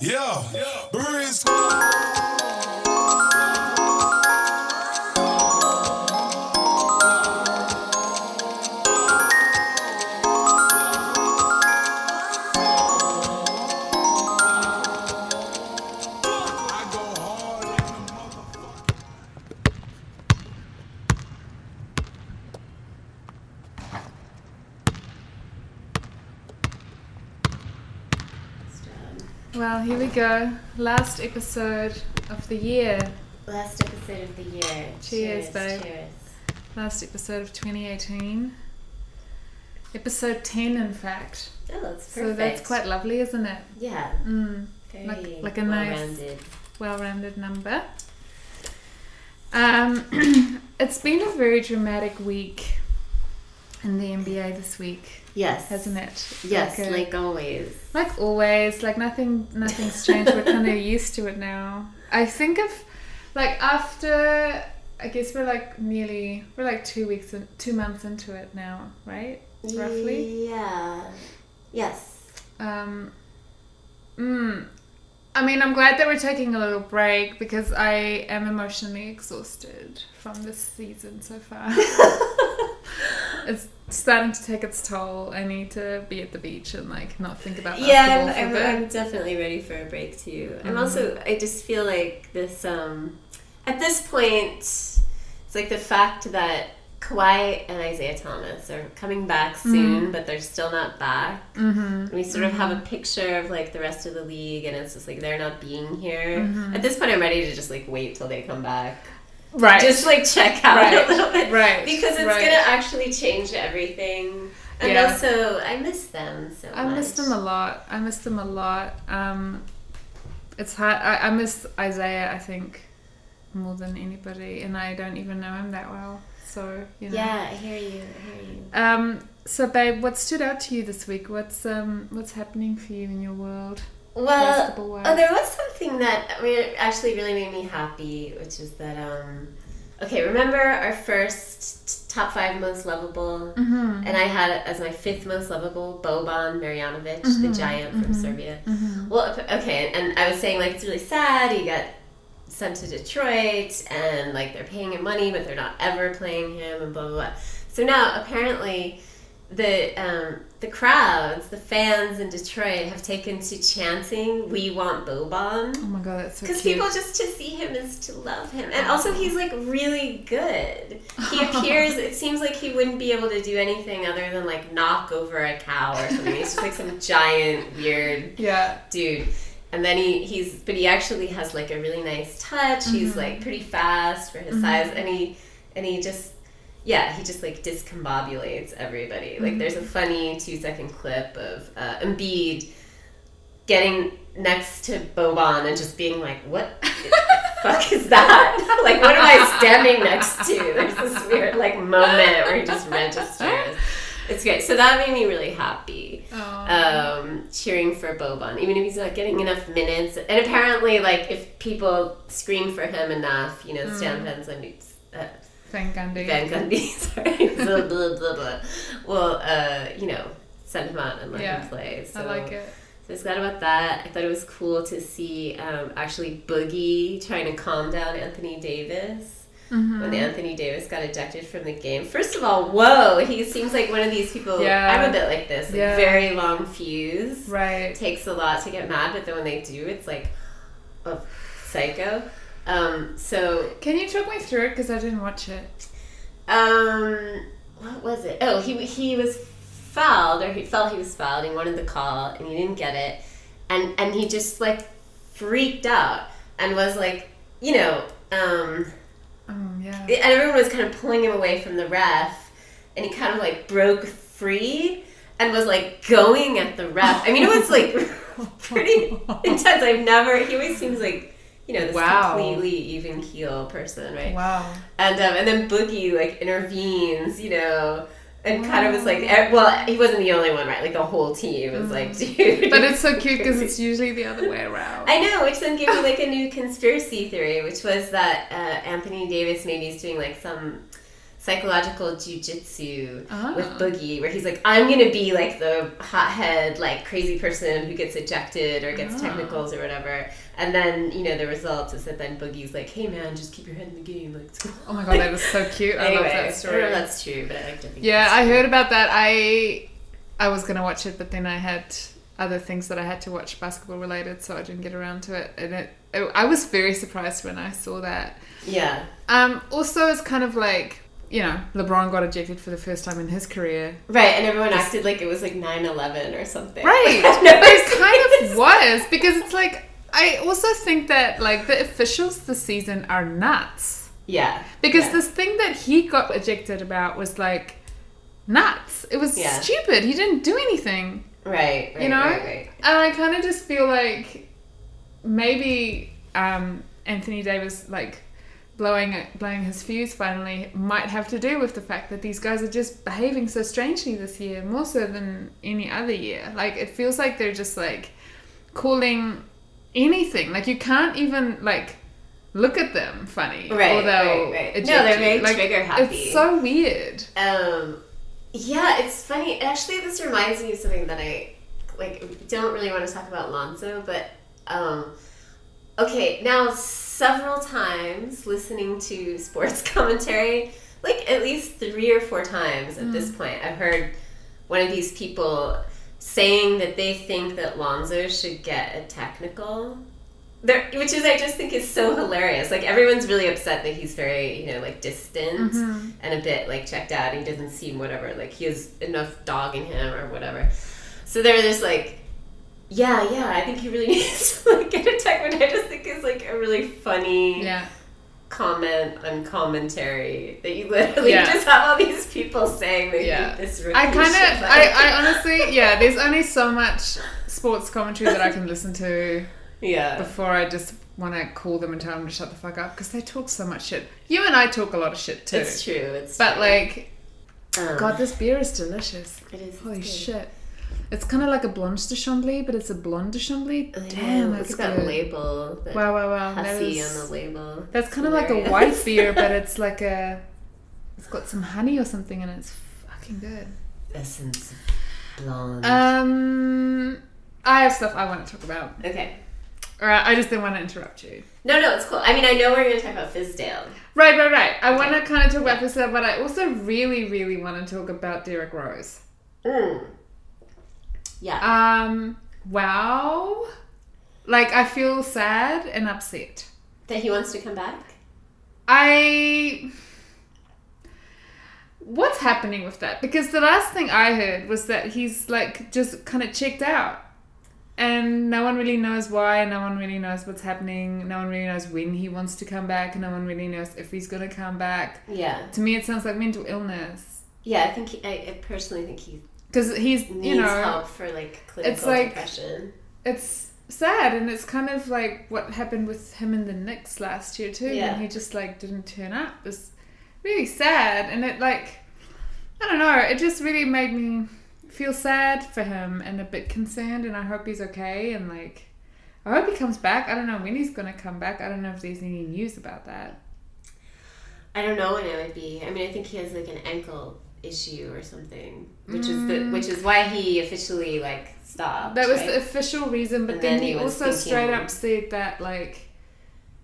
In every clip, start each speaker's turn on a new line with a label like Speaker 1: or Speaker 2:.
Speaker 1: Yeah, Breeze Squad. I go hard in the motherfucker.
Speaker 2: Well, here we go. Last episode of the year.
Speaker 3: Last episode of the year.
Speaker 2: Cheers, babe.
Speaker 3: Cheers.
Speaker 2: Last episode of 2018. Episode 10, in fact.
Speaker 3: Oh, that's perfect.
Speaker 2: So that's quite lovely, isn't it?
Speaker 3: yeah.
Speaker 2: Mm,
Speaker 3: Very
Speaker 2: Like- like a nice-
Speaker 3: well-rounded.
Speaker 2: well rounded number. Um, it's been a very dramatic week in the NBA this week,
Speaker 3: Yes,
Speaker 2: hasn't it?
Speaker 3: Yes,
Speaker 2: a-
Speaker 3: like always.
Speaker 2: Like always, like nothing, nothing's changed. We're kind of used to it now. I think of, like after, I guess we're like nearly, we're like two weeks, in, two months into it now, right? Roughly.
Speaker 3: Yeah. Yes.
Speaker 2: Um. Mm, I mean, I'm glad that we're taking a little break because I am emotionally exhausted from this season so far. it's starting to take its toll. I need to be at the beach and like not think about
Speaker 3: Yeah,
Speaker 2: basketball for Mm-hmm. a
Speaker 3: I'm,
Speaker 2: bit.
Speaker 3: I'm, I'm definitely ready for a break too. I'm also. I just feel like this. Um, at this point, it's like the fact that Kawhi and Isaiah Thomas are coming back soon, but they're still not back.
Speaker 2: Mm-hmm.
Speaker 3: We sort of have a picture of like the rest of the league, and it's just like they're not being here.
Speaker 2: Mm-hmm.
Speaker 3: At this point, I'm ready to just like wait till they come back,
Speaker 2: Right.
Speaker 3: just like check out
Speaker 2: Right.
Speaker 3: a little bit,
Speaker 2: Right.
Speaker 3: Because it's
Speaker 2: Right.
Speaker 3: gonna actually change everything. And
Speaker 2: Yeah.
Speaker 3: also, I miss them so
Speaker 2: I miss them a lot. I miss them a lot. Um, it's hard. I, I miss Isaiah. I think more than anybody, and I don't even know him that well. So you know.
Speaker 3: Yeah, I hear you. I hear you.
Speaker 2: Um. So, babe, what stood out to you this week? What's um What's happening for you in your world?
Speaker 3: Well,
Speaker 2: Basketball-wise.
Speaker 3: oh, there was something that re- actually really made me happy, which is that um, okay. Remember our first t- top five most lovable, and I had as my fifth most lovable Boban Marjanovic, the giant from Serbia.
Speaker 2: Mm-hmm.
Speaker 3: Well, okay, and I was saying like it's really sad he got sent to Detroit, and like they're paying him money, but they're not ever playing him, and blah blah blah. So now apparently the um, the crowds, the fans in Detroit have taken to chanting "We want
Speaker 2: Oh
Speaker 3: Boban"
Speaker 2: my god, that's so
Speaker 3: because
Speaker 2: cute.
Speaker 3: people just to see him is to love him, and also he's like really good. He appears. It seems like he wouldn't be able to do anything other than like knock over a cow or something. He's just like some giant weird
Speaker 2: yeah.
Speaker 3: dude. And then he, he's, but he actually has like a really nice touch. He's like pretty fast for his size, and he, and he just, yeah, he just like discombobulates everybody. Like there's a funny two second clip of uh, Embiid getting next to Boban and just being like, "What the fuck is that? Like, what am I standing next to?" There's this weird like moment where he just registers. It's great. So that made me really happy
Speaker 2: Oh.
Speaker 3: um, cheering for Boban, even if he's not getting enough minutes. And apparently, like if people scream for him enough, you know,
Speaker 2: Hmm.
Speaker 3: Stan Van Gundy, uh,
Speaker 2: Thank Gandhi.
Speaker 3: Van Gundy, sorry, blah blah blah blah, will uh, you know send him out and let
Speaker 2: Yeah,
Speaker 3: him play. So
Speaker 2: I like it.
Speaker 3: so I was glad about that. I thought it was cool to see um, actually Boogie trying to calm down Anthony Davis
Speaker 2: Mm-hmm.
Speaker 3: when Anthony Davis got ejected from the game. First of all, whoa, he seems like one of these people.
Speaker 2: Yeah.
Speaker 3: I'm a bit like this, like
Speaker 2: Yeah.
Speaker 3: very long fuse. It
Speaker 2: Right.
Speaker 3: takes a lot to get mad, but then when they do, it's like a psycho. Um, so
Speaker 2: Can you talk me through it? Because I didn't watch it.
Speaker 3: um, what was it? Oh, he he was fouled, or he felt he was fouled. He wanted the call, and he didn't get it, and and he just like freaked out and was like, you know, um,
Speaker 2: Oh yeah.
Speaker 3: and everyone was kind of pulling him away from the ref, and he kind of like broke free and was like going at the ref. I mean, it was like pretty intense. I've never. He always seems like you know this
Speaker 2: Wow.
Speaker 3: completely even keel person, right?
Speaker 2: Wow.
Speaker 3: And um, and then Boogie like intervenes, you know, and kind of was like, eh, well, he wasn't the only one, right? Like the whole team was like, dude.
Speaker 2: But it's so cute because it's usually the other way around.
Speaker 3: I know, which then gave me like a new conspiracy theory, which was that uh, Anthony Davis maybe is doing like some psychological jujitsu
Speaker 2: Ah.
Speaker 3: with Boogie, where he's like, I'm gonna be like the hothead, like crazy person who gets ejected or gets
Speaker 2: Ah.
Speaker 3: technicals or whatever. And then, you know, the result is that then Boogie's like, hey man, just keep your head in the game. Like, it's cool.
Speaker 2: Oh my god, that was so cute. I love
Speaker 3: Anyway,
Speaker 2: that
Speaker 3: I
Speaker 2: story.
Speaker 3: don't know if that's true, but I like to think
Speaker 2: Yeah,
Speaker 3: that's
Speaker 2: I
Speaker 3: true.
Speaker 2: heard about that. I I was gonna watch it, but then I had other things that I had to watch basketball related, so I didn't get around to it. And it, I was very surprised when I saw that.
Speaker 3: Yeah.
Speaker 2: Um, also, it's kind of like you know LeBron got ejected for the first time in his career.
Speaker 3: Right, and everyone acted like it was like 9 11 or something. I've
Speaker 2: Right, but
Speaker 3: never seen
Speaker 2: it kind
Speaker 3: this.
Speaker 2: of was because it's like I also think that like the officials this season are nuts.
Speaker 3: Yeah.
Speaker 2: Because
Speaker 3: yeah.
Speaker 2: this thing that he got ejected about was like nuts. It was
Speaker 3: Yeah.
Speaker 2: stupid. He didn't do anything,
Speaker 3: Right, right.
Speaker 2: you know?
Speaker 3: Right, right.
Speaker 2: And I kind of just feel like maybe um, Anthony Davis, like, blowing it, blowing his fuse finally might have to do with the fact that these guys are just behaving so strangely this year, more so than any other year. Like, it feels like they're just like calling anything. Like, you can't even, like, look at them funny. or
Speaker 3: Right,
Speaker 2: they'll
Speaker 3: right, right.
Speaker 2: eject
Speaker 3: No, they're very
Speaker 2: you. Like,
Speaker 3: trigger happy.
Speaker 2: It's so weird.
Speaker 3: Um, yeah, it's funny. Actually, this reminds me of something that I like. Don't really want to talk about Lonzo, but um, okay. Now, several times listening to sports commentary, like at least three or four times at
Speaker 2: Mm.
Speaker 3: this point, I've heard one of these people saying that they think that Lonzo should get a technical. There, which is, I just think, is so hilarious. Like everyone's really upset that he's very, you know, like distant
Speaker 2: Mm-hmm.
Speaker 3: and a bit like checked out. He doesn't seem whatever. Like he has enough dog in him or whatever. So they're just like, yeah, yeah. I think he really needs to like get a tech. But I just think is like a really funny
Speaker 2: Yeah.
Speaker 3: comment on commentary that you literally
Speaker 2: Yeah.
Speaker 3: just have all these people saying they
Speaker 2: Yeah.
Speaker 3: think this. rookie
Speaker 2: I kind
Speaker 3: should,
Speaker 2: of,
Speaker 3: like-
Speaker 2: I, I honestly, yeah, there's only so much sports commentary that I can listen to
Speaker 3: yeah.
Speaker 2: before I just want to call them and tell them to shut the fuck up because they talk so much shit. You and I talk a lot of shit too.
Speaker 3: It's true. It's
Speaker 2: But
Speaker 3: true.
Speaker 2: like,
Speaker 3: Um,
Speaker 2: Oh, God, this beer is delicious.
Speaker 3: it is.
Speaker 2: Holy
Speaker 3: it's good.
Speaker 2: shit. It's kind of like a Blanche de Chambly, but it's a blonde de Chambly.
Speaker 3: I know,
Speaker 2: Damn,
Speaker 3: Oh, look
Speaker 2: that's
Speaker 3: at that
Speaker 2: good.
Speaker 3: label. That
Speaker 2: Wow, wow, wow. That
Speaker 3: hussy
Speaker 2: is-
Speaker 3: on the label.
Speaker 2: that's kind of like a
Speaker 3: Hilarious.
Speaker 2: white beer, but it's like a, it's got some honey or something and it's fucking good.
Speaker 3: Essence blonde.
Speaker 2: Uh, Um, I have stuff I want to talk about.
Speaker 3: okay.
Speaker 2: All right, I just didn't want to interrupt you.
Speaker 3: No, no, it's cool. I mean, I know we're going to talk about Fizdale.
Speaker 2: Right, right, right. I want to kind of talk about this, but I also really, really want to talk about Derek Rose.
Speaker 3: Mm. Yeah.
Speaker 2: Um, wow. Like, I feel sad and upset.
Speaker 3: that he wants to come back?
Speaker 2: I. What's happening with that? Because the last thing I heard was that he's like just kind of checked out. And no one really knows why, no one really knows what's happening, no one really knows when he wants to come back, no one really knows if he's gonna come back.
Speaker 3: Yeah.
Speaker 2: To me, it sounds like mental illness.
Speaker 3: Yeah, I think he, I, I personally think he
Speaker 2: Because he's,
Speaker 3: needs
Speaker 2: you know,
Speaker 3: help for like clinical
Speaker 2: it's like-
Speaker 3: depression.
Speaker 2: it's sad and it's kind of like what happened with him in the Knicks last year too
Speaker 3: Yeah.
Speaker 2: when he just like didn't turn up It was really sad and it like I don't know it just really made me feel sad for him and a bit concerned and I hope he's okay and like I hope he comes back I don't know when he's gonna come back I don't know if there's any news about that
Speaker 3: I don't know when it would be. I mean, I think he has like an ankle issue or something, which is the which is why he officially like stopped.
Speaker 2: Mm. that was
Speaker 3: right?
Speaker 2: the official reason but
Speaker 3: And
Speaker 2: then,
Speaker 3: then
Speaker 2: he,
Speaker 3: he was
Speaker 2: also
Speaker 3: thinking-
Speaker 2: straight up said that like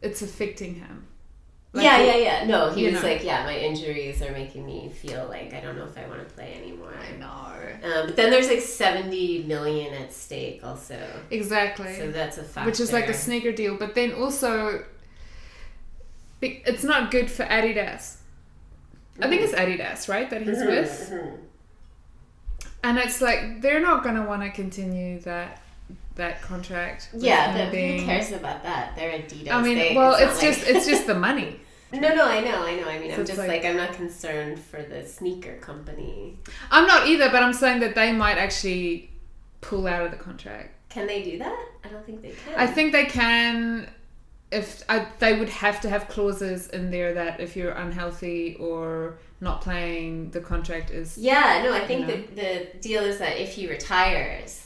Speaker 2: it's affecting him Like,
Speaker 3: yeah,
Speaker 2: it-
Speaker 3: yeah, yeah. No, he
Speaker 2: you
Speaker 3: was
Speaker 2: know.
Speaker 3: like, yeah, my injuries are making me feel like I don't know if I want to play anymore.
Speaker 2: I know
Speaker 3: Um, but then there's like 70 million at stake also.
Speaker 2: exactly
Speaker 3: So that's a factor.
Speaker 2: which is like a sneaker deal. But then also, be- it's not good for Adidas. I think it's Adidas, right, that he's with, and it's like they're not going to want to continue that that contract. with
Speaker 3: Yeah,
Speaker 2: him
Speaker 3: but who
Speaker 2: being-
Speaker 3: cares about that? They're Adidas.
Speaker 2: I mean,
Speaker 3: They-
Speaker 2: well,
Speaker 3: not
Speaker 2: it's
Speaker 3: like-
Speaker 2: just it's just the money.
Speaker 3: no, no. I know, I know. I mean,
Speaker 2: So
Speaker 3: I'm
Speaker 2: it's
Speaker 3: just
Speaker 2: like-
Speaker 3: like, I'm not concerned for the sneaker company.
Speaker 2: I'm not either, but I'm saying that they might actually pull out of the contract.
Speaker 3: Can they do that? I don't think they can.
Speaker 2: I think they can. If I, they would have to have clauses in there that if you're unhealthy or not playing, the contract is
Speaker 3: Yeah, no. I think
Speaker 2: know.
Speaker 3: that the deal is that if he retires,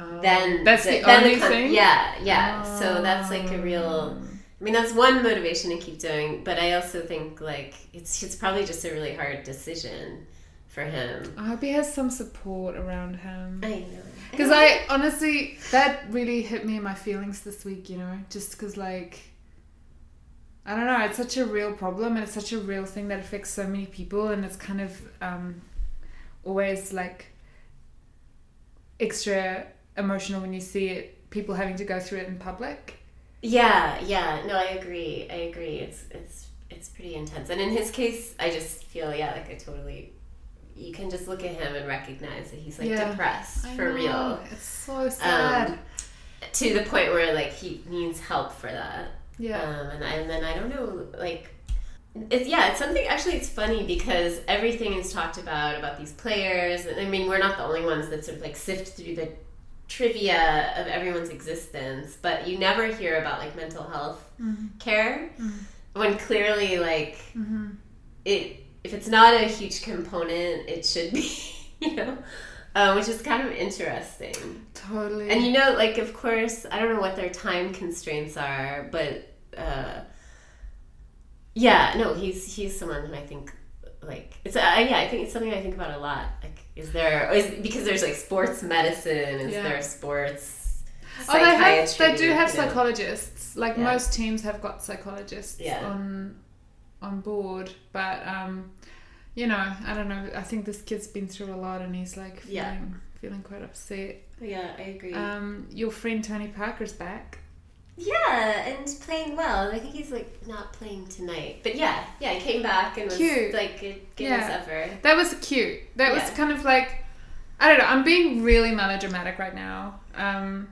Speaker 2: Oh,
Speaker 3: then
Speaker 2: that's
Speaker 3: th-
Speaker 2: the
Speaker 3: then
Speaker 2: only
Speaker 3: com-
Speaker 2: thing. Ah.
Speaker 3: Yeah, yeah. So that's like a real. I mean, that's one motivation to keep doing, but I also think like it's it's probably just a really hard decision for him.
Speaker 2: I hope he has some support around him.
Speaker 3: I know.
Speaker 2: Because I honestly, that really hit me in my feelings this week, you know? Just because, like, I don't know, it's such a real problem and it's such a real thing that affects so many people, and it's kind of um, always like extra emotional when you see it, people having to go through it in public.
Speaker 3: Yeah, yeah. No, I agree. I agree. It's it's it's pretty intense. And in his case, I just feel yeah, like I totally you can just look at him and recognize that he's like
Speaker 2: Yeah.
Speaker 3: depressed for real. Um,
Speaker 2: It's so sad.
Speaker 3: To the point where like he needs help for that.
Speaker 2: yeah.
Speaker 3: Um, and, I, and then I don't know, like, it's, yeah, it's something. Actually, it's funny because everything is talked about about these players. I mean, we're not the only ones that sort of like sift through the trivia of everyone's existence, but you never hear about like mental health care when clearly like it. If it's not a huge component, it should be, you know, uh, which is kind of interesting.
Speaker 2: totally.
Speaker 3: And you know, like, of course, I don't know what their time constraints are, but uh, yeah, no, he's he's someone who I think like it's uh, yeah, I think it's something I think about a lot. Like, is there is because there's like sports medicine? Is
Speaker 2: Yeah.
Speaker 3: there sports?
Speaker 2: Oh, they have.
Speaker 3: psychiatry,
Speaker 2: They do have
Speaker 3: you know?
Speaker 2: psychologists. Like
Speaker 3: Yeah.
Speaker 2: most teams have got psychologists
Speaker 3: Yeah.
Speaker 2: on on board, but um, you know, I don't know. I think this kid's been through a lot, and he's like feeling
Speaker 3: Yeah.
Speaker 2: feeling quite upset.
Speaker 3: Yeah, I agree.
Speaker 2: Um, your friend Tony Parker's back.
Speaker 3: yeah, and playing well. I think he's like not playing tonight, but yeah, yeah, he came back and was
Speaker 2: Cute.
Speaker 3: like good, good
Speaker 2: Yeah.
Speaker 3: as ever.
Speaker 2: That was cute. That was
Speaker 3: Yeah.
Speaker 2: kind of like, I don't know. I'm being really melodramatic right now. Um,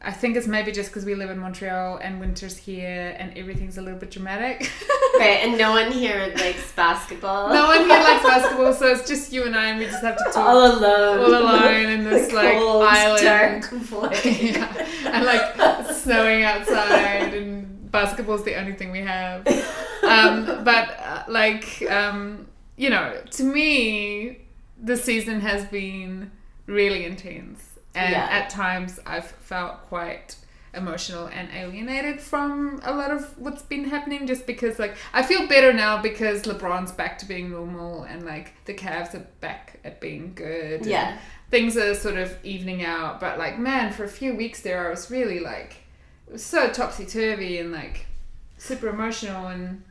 Speaker 2: I think it's maybe just because we live in Montreal and winter's here and everything's a little bit dramatic.
Speaker 3: Right, and no one here likes basketball.
Speaker 2: No one here likes basketball, so it's just you and I, and we just have to talk all,
Speaker 3: all alone,
Speaker 2: alone in this
Speaker 3: The
Speaker 2: like
Speaker 3: cold,
Speaker 2: island.
Speaker 3: dark void.
Speaker 2: yeah, and like it's snowing outside, and basketball's the only thing we have. Um, but uh, like, um, you know, to me, the season has been really intense, and
Speaker 3: Yeah.
Speaker 2: at times I've felt quite emotional and alienated from a lot of what's been happening just because like I feel better now because LeBron's back to being normal and like the Cavs are back at being good. and
Speaker 3: Yeah.
Speaker 2: Things are sort of evening out, but like man, for a few weeks there I was really like it was so topsy turvy and like super emotional and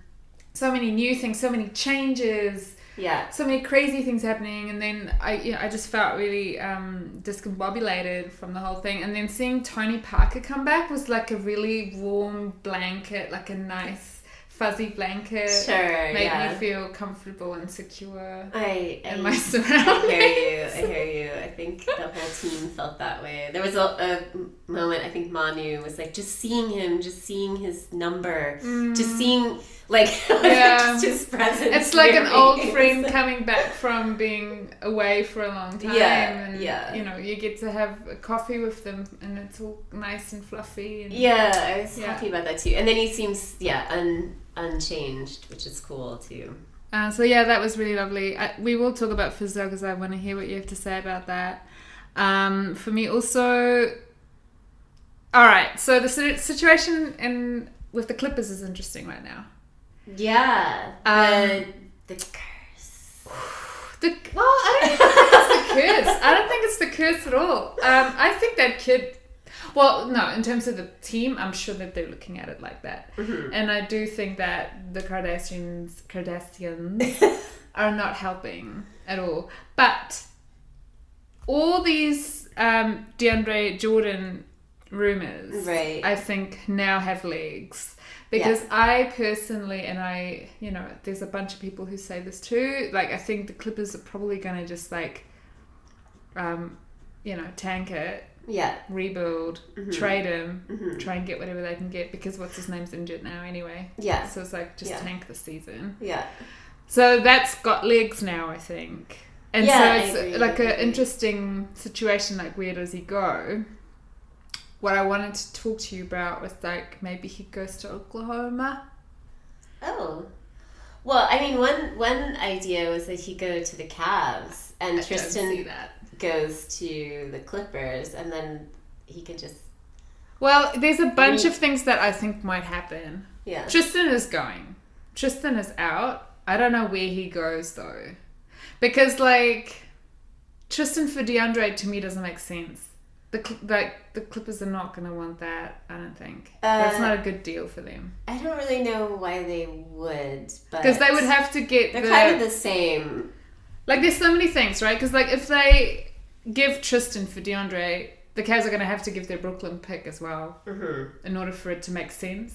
Speaker 2: so many new things, so many changes
Speaker 3: yeah,
Speaker 2: so many crazy things happening and then I you know, I just felt really um, discombobulated from the whole thing and then seeing Tony Parker come back was like a really warm blanket like a nice fuzzy blanket
Speaker 3: sure,
Speaker 2: made
Speaker 3: yeah.
Speaker 2: me feel comfortable and secure
Speaker 3: I, I,
Speaker 2: in my
Speaker 3: I
Speaker 2: surroundings
Speaker 3: hear you. I hear you. I think the whole team felt that way. There was a, a moment. I think Manu was like, just seeing him, just seeing his number, just seeing like
Speaker 2: Mm. Yeah.
Speaker 3: just his presence.
Speaker 2: it's like an
Speaker 3: near
Speaker 2: old
Speaker 3: me.
Speaker 2: friend coming back from being away for a long time
Speaker 3: Yeah,
Speaker 2: and
Speaker 3: yeah.
Speaker 2: you know you get to have a coffee with them and it's all nice and fluffy and
Speaker 3: Yeah, I was
Speaker 2: Yeah.
Speaker 3: happy about that too. And then he seems yeah un, unchanged, which is cool too.
Speaker 2: Uh, so yeah, that was really lovely. I, we will talk about Fizzo because I want to hear what you have to say about that. Um, for me, also, all right. So the si- situation in with the Clippers is interesting right now.
Speaker 3: Yeah.
Speaker 2: Um,
Speaker 3: the, the curse.
Speaker 2: The, well, I don't think it's the curse. I don't think it's the curse at all. Um, I think that kid. Well, no, in terms of the team, I'm sure that they're looking at it like that, and I do think that the Kardashians, Kardashians, are not helping at all. But all these um, DeAndre Jordan rumors,
Speaker 3: Right.
Speaker 2: I think now have legs because I personally, and I, you know, there's a bunch of people who say this too. Like, I think the Clippers are probably going to just like, um, you know, tank it,
Speaker 3: Yeah.
Speaker 2: rebuild, trade him, try and get whatever they can get because what's his name's injured now anyway.
Speaker 3: Yeah.
Speaker 2: So it's like just
Speaker 3: Yeah.
Speaker 2: tank the season.
Speaker 3: Yeah.
Speaker 2: So that's got legs now, I think. And
Speaker 3: Yeah, I
Speaker 2: so
Speaker 3: agree,
Speaker 2: it's like
Speaker 3: I
Speaker 2: an
Speaker 3: agree.
Speaker 2: interesting situation. Like, where does he go? What I wanted to talk to you about was like maybe he goes to Oklahoma.
Speaker 3: Oh. Well, I mean, one one idea was that he go to the Cavs and
Speaker 2: I don't see
Speaker 3: Tristan
Speaker 2: that.
Speaker 3: goes to the Clippers, and then he could just
Speaker 2: Well, there's a
Speaker 3: Mm.
Speaker 2: bunch of things that I think might happen.
Speaker 3: Yeah.
Speaker 2: Tristan is going. Tristan is out. I don't know where he goes though. Because like Tristan for DeAndre to me doesn't make sense. The cl- like the Clippers are not going to want that, I don't think. That's
Speaker 3: Uh,
Speaker 2: not a good deal for them.
Speaker 3: I don't really know why they would, but
Speaker 2: Cuz they would have to get
Speaker 3: Uh, They're
Speaker 2: the-
Speaker 3: kind of the same.
Speaker 2: Like, there's so many things, right? Because, like, if they give Tristan for DeAndre, the Cavs are going to have to give their Brooklyn pick as well
Speaker 3: Mm-hmm.
Speaker 2: in order for it to make sense,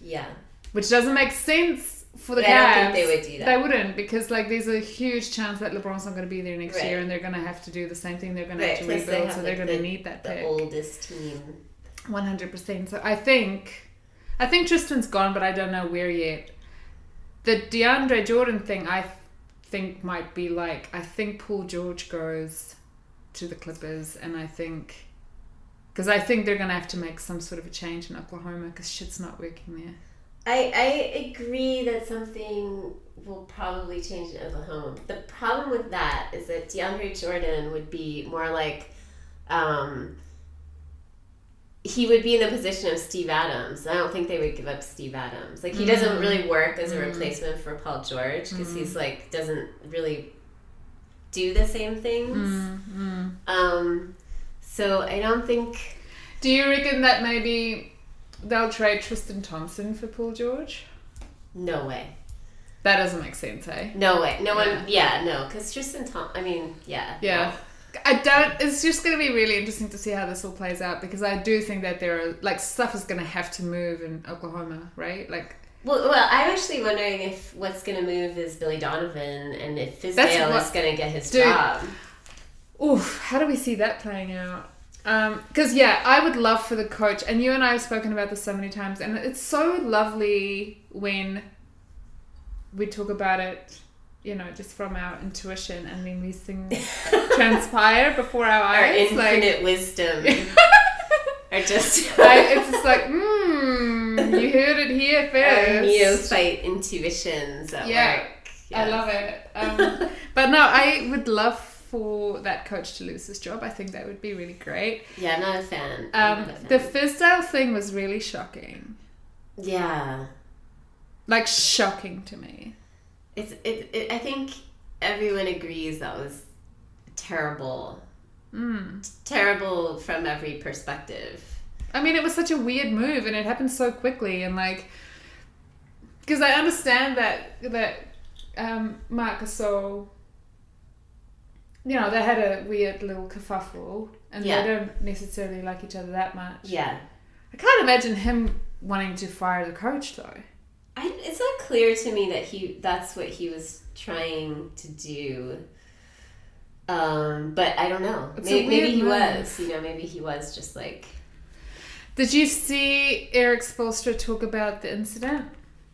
Speaker 3: Yeah.
Speaker 2: which doesn't make sense for the
Speaker 3: Yeah,
Speaker 2: Cavs.
Speaker 3: I don't think they would do that.
Speaker 2: They wouldn't because, like, there's a huge chance that LeBron's not going to be there next
Speaker 3: Right.
Speaker 2: year, and they're going to have to do the same thing. They're going to
Speaker 3: Right,
Speaker 2: have to
Speaker 3: plus they
Speaker 2: rebuild,
Speaker 3: have,
Speaker 2: so they're
Speaker 3: like,
Speaker 2: going to need that
Speaker 3: The
Speaker 2: pick.
Speaker 3: oldest team.
Speaker 2: 100%. So I think I think Tristan's gone, but I don't know where yet. The DeAndre Jordan thing I th- think might be like I think Paul George goes to the Clippers and I think because I think they're going to have to make some sort of a change in Oklahoma because shit's not working there.
Speaker 3: I, I agree that something will probably change in Oklahoma. The problem with that is that DeAndre Jordan would be more like, um, he would be in the position of Steve Adams. I don't think they would give up Steve Adams. Like he doesn't really work as a replacement for Paul George because he's like doesn't really do the same things. Um, so I don't think
Speaker 2: Do you reckon that maybe they'll trade Tristan Thompson for Paul George?
Speaker 3: no way.
Speaker 2: That doesn't make sense, eh?
Speaker 3: No way. No one. Yeah, no. Because Tristan Tom. I mean, yeah.
Speaker 2: Yeah. I don't. It's just going to be really interesting to see how this all plays out because I do think that there are like stuff is going to have to move in Oklahoma, right? Like
Speaker 3: Well, well, I'm actually wondering if what's going to move is Billy Donovan and if
Speaker 2: That's
Speaker 3: Fizdale
Speaker 2: what-
Speaker 3: is going to get his
Speaker 2: Dude.
Speaker 3: job.
Speaker 2: Oof, how do we see that playing out? Because, yeah, I would love for the coach, and you and I have spoken about this so many times, and it's so lovely when we talk about it, you know, just from our intuition, and then these things transpire before our
Speaker 3: Our
Speaker 2: eyes. like,
Speaker 3: infinite wisdom are just
Speaker 2: I, it's just like, mmm, you heard it here first.
Speaker 3: our neophyte intuitions at
Speaker 2: Yeah.
Speaker 3: work.
Speaker 2: I love it. Um, but no, I would love for that coach to lose his job. I think that would be really great.
Speaker 3: Yeah, I'm not a fan. I'm
Speaker 2: Um,
Speaker 3: not a fan.
Speaker 2: the Fizdale thing was really shocking.
Speaker 3: yeah.
Speaker 2: Like, shocking to me.
Speaker 3: It's it, it. I think everyone agrees that was terrible. Terrible from every perspective.
Speaker 2: I mean, it was such a weird move and it happened so quickly. And, like, because I understand that, that um, Marc Gasol, you know, they had a weird little kerfuffle and
Speaker 3: Yeah.
Speaker 2: they don't necessarily like each other that much.
Speaker 3: Yeah.
Speaker 2: I can't imagine him wanting to fire the coach, though.
Speaker 3: I, it's not clear to me that he that's what he was trying to do. Um, but I don't know.
Speaker 2: It's a
Speaker 3: Maybe, maybe
Speaker 2: weird
Speaker 3: he
Speaker 2: move.
Speaker 3: was. You know, maybe he was just like
Speaker 2: Did you see Eric Spolstra talk about the incident?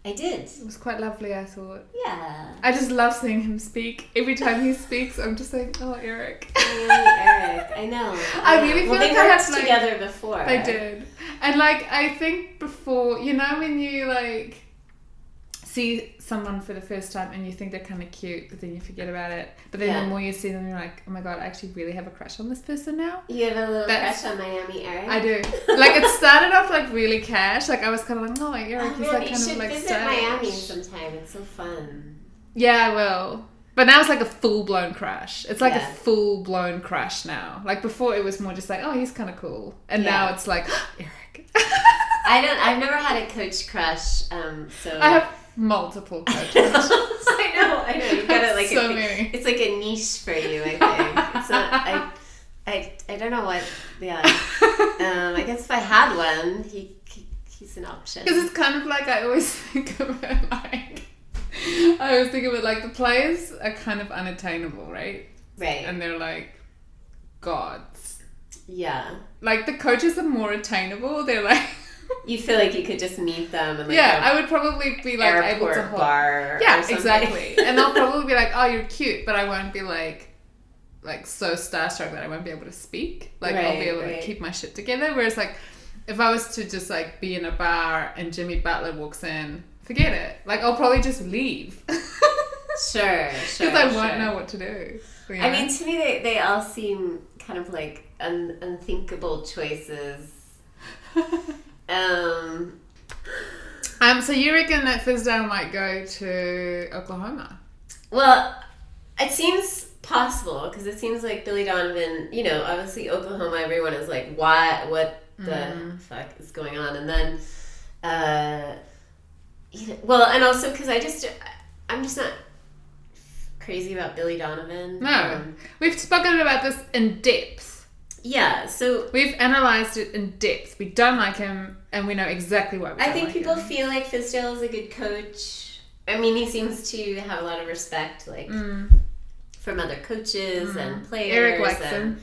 Speaker 3: I did.
Speaker 2: It was quite lovely, I thought.
Speaker 3: Yeah.
Speaker 2: I just love seeing him speak. Every time he speaks, I'm just like, oh, Eric.
Speaker 3: Really, Oh, Eric. I know.
Speaker 2: I really
Speaker 3: well,
Speaker 2: feel
Speaker 3: they
Speaker 2: like I
Speaker 3: worked
Speaker 2: have, like-
Speaker 3: together before.
Speaker 2: I did. And like, I think before, you know, when you like see someone for the first time and you think they're kind of cute, but then you forget about it. But then
Speaker 3: Yeah.
Speaker 2: the more you see them, you're like, oh my god, I actually really have a crush on this person now.
Speaker 3: You have a little
Speaker 2: That's-
Speaker 3: crush on Miami Eric.
Speaker 2: I do. Like it started off like really cash. Like I was kind of like, oh,
Speaker 3: Oh,
Speaker 2: Eric, he's
Speaker 3: man,
Speaker 2: like
Speaker 3: you
Speaker 2: kind
Speaker 3: should
Speaker 2: of like
Speaker 3: visit
Speaker 2: stylish."
Speaker 3: Miami sometime. It's so fun.
Speaker 2: Yeah, I will. But now it's like a full blown crush. It's like
Speaker 3: Yeah.
Speaker 2: a full blown crush now. Like before, it was more just like, oh, he's kind of cool, and now
Speaker 3: Yeah.
Speaker 2: it's like Eric.
Speaker 3: I don't. I've never had a coach crush. Um, so
Speaker 2: I have multiple coaches.
Speaker 3: I know, I know. You've got it like
Speaker 2: So
Speaker 3: a,
Speaker 2: many.
Speaker 3: It's like a niche for you, I think. It's not, I, I, I don't know what. Yeah. Um, I guess if I had one, he, he he's an option.
Speaker 2: Because it's kind of like I always think of it like I always think of it like the players are kind of unattainable, right?
Speaker 3: Right.
Speaker 2: And they're like gods.
Speaker 3: Yeah.
Speaker 2: Like the coaches are more attainable. They're like,
Speaker 3: You feel like you could just meet them and like
Speaker 2: yeah,
Speaker 3: a
Speaker 2: I would probably be like able
Speaker 3: airport
Speaker 2: to hold.
Speaker 3: bar. or
Speaker 2: yeah,
Speaker 3: something.
Speaker 2: exactly. And they'll probably be like, "Oh, you're cute," but I won't be like, like so starstruck that I won't be able to speak. Like I'll be
Speaker 3: Right,
Speaker 2: able
Speaker 3: right.
Speaker 2: to keep my shit together. Whereas like, if I was to just like be in a bar and Jimmy Butler walks in, forget it. Like I'll probably just leave because
Speaker 3: Sure. Sure.
Speaker 2: I
Speaker 3: sure.
Speaker 2: won't know what to do. you
Speaker 3: I
Speaker 2: know?
Speaker 3: mean, to me, they, they all seem kind of like un- unthinkable choices Um,
Speaker 2: Um, so you reckon that Fizdale might go to Oklahoma?
Speaker 3: well, it seems possible because it seems like Billy Donovan. You know, obviously Oklahoma. Everyone is like, why? What the
Speaker 2: Mm-hmm.
Speaker 3: fuck is going on? And then, uh, you know, well, and also because I just, I'm just not crazy about Billy Donovan.
Speaker 2: No.
Speaker 3: Um,
Speaker 2: We've spoken about this in depth.
Speaker 3: yeah. So
Speaker 2: We've analysed it in depth. We don't like him, and we know exactly why we
Speaker 3: I
Speaker 2: don't
Speaker 3: think
Speaker 2: like
Speaker 3: people
Speaker 2: him.
Speaker 3: feel like Fizdale is a good coach. I mean, he seems to have a lot of respect, like from other coaches and players.
Speaker 2: Mm. Mm-hmm. Eric likes
Speaker 3: and
Speaker 2: him.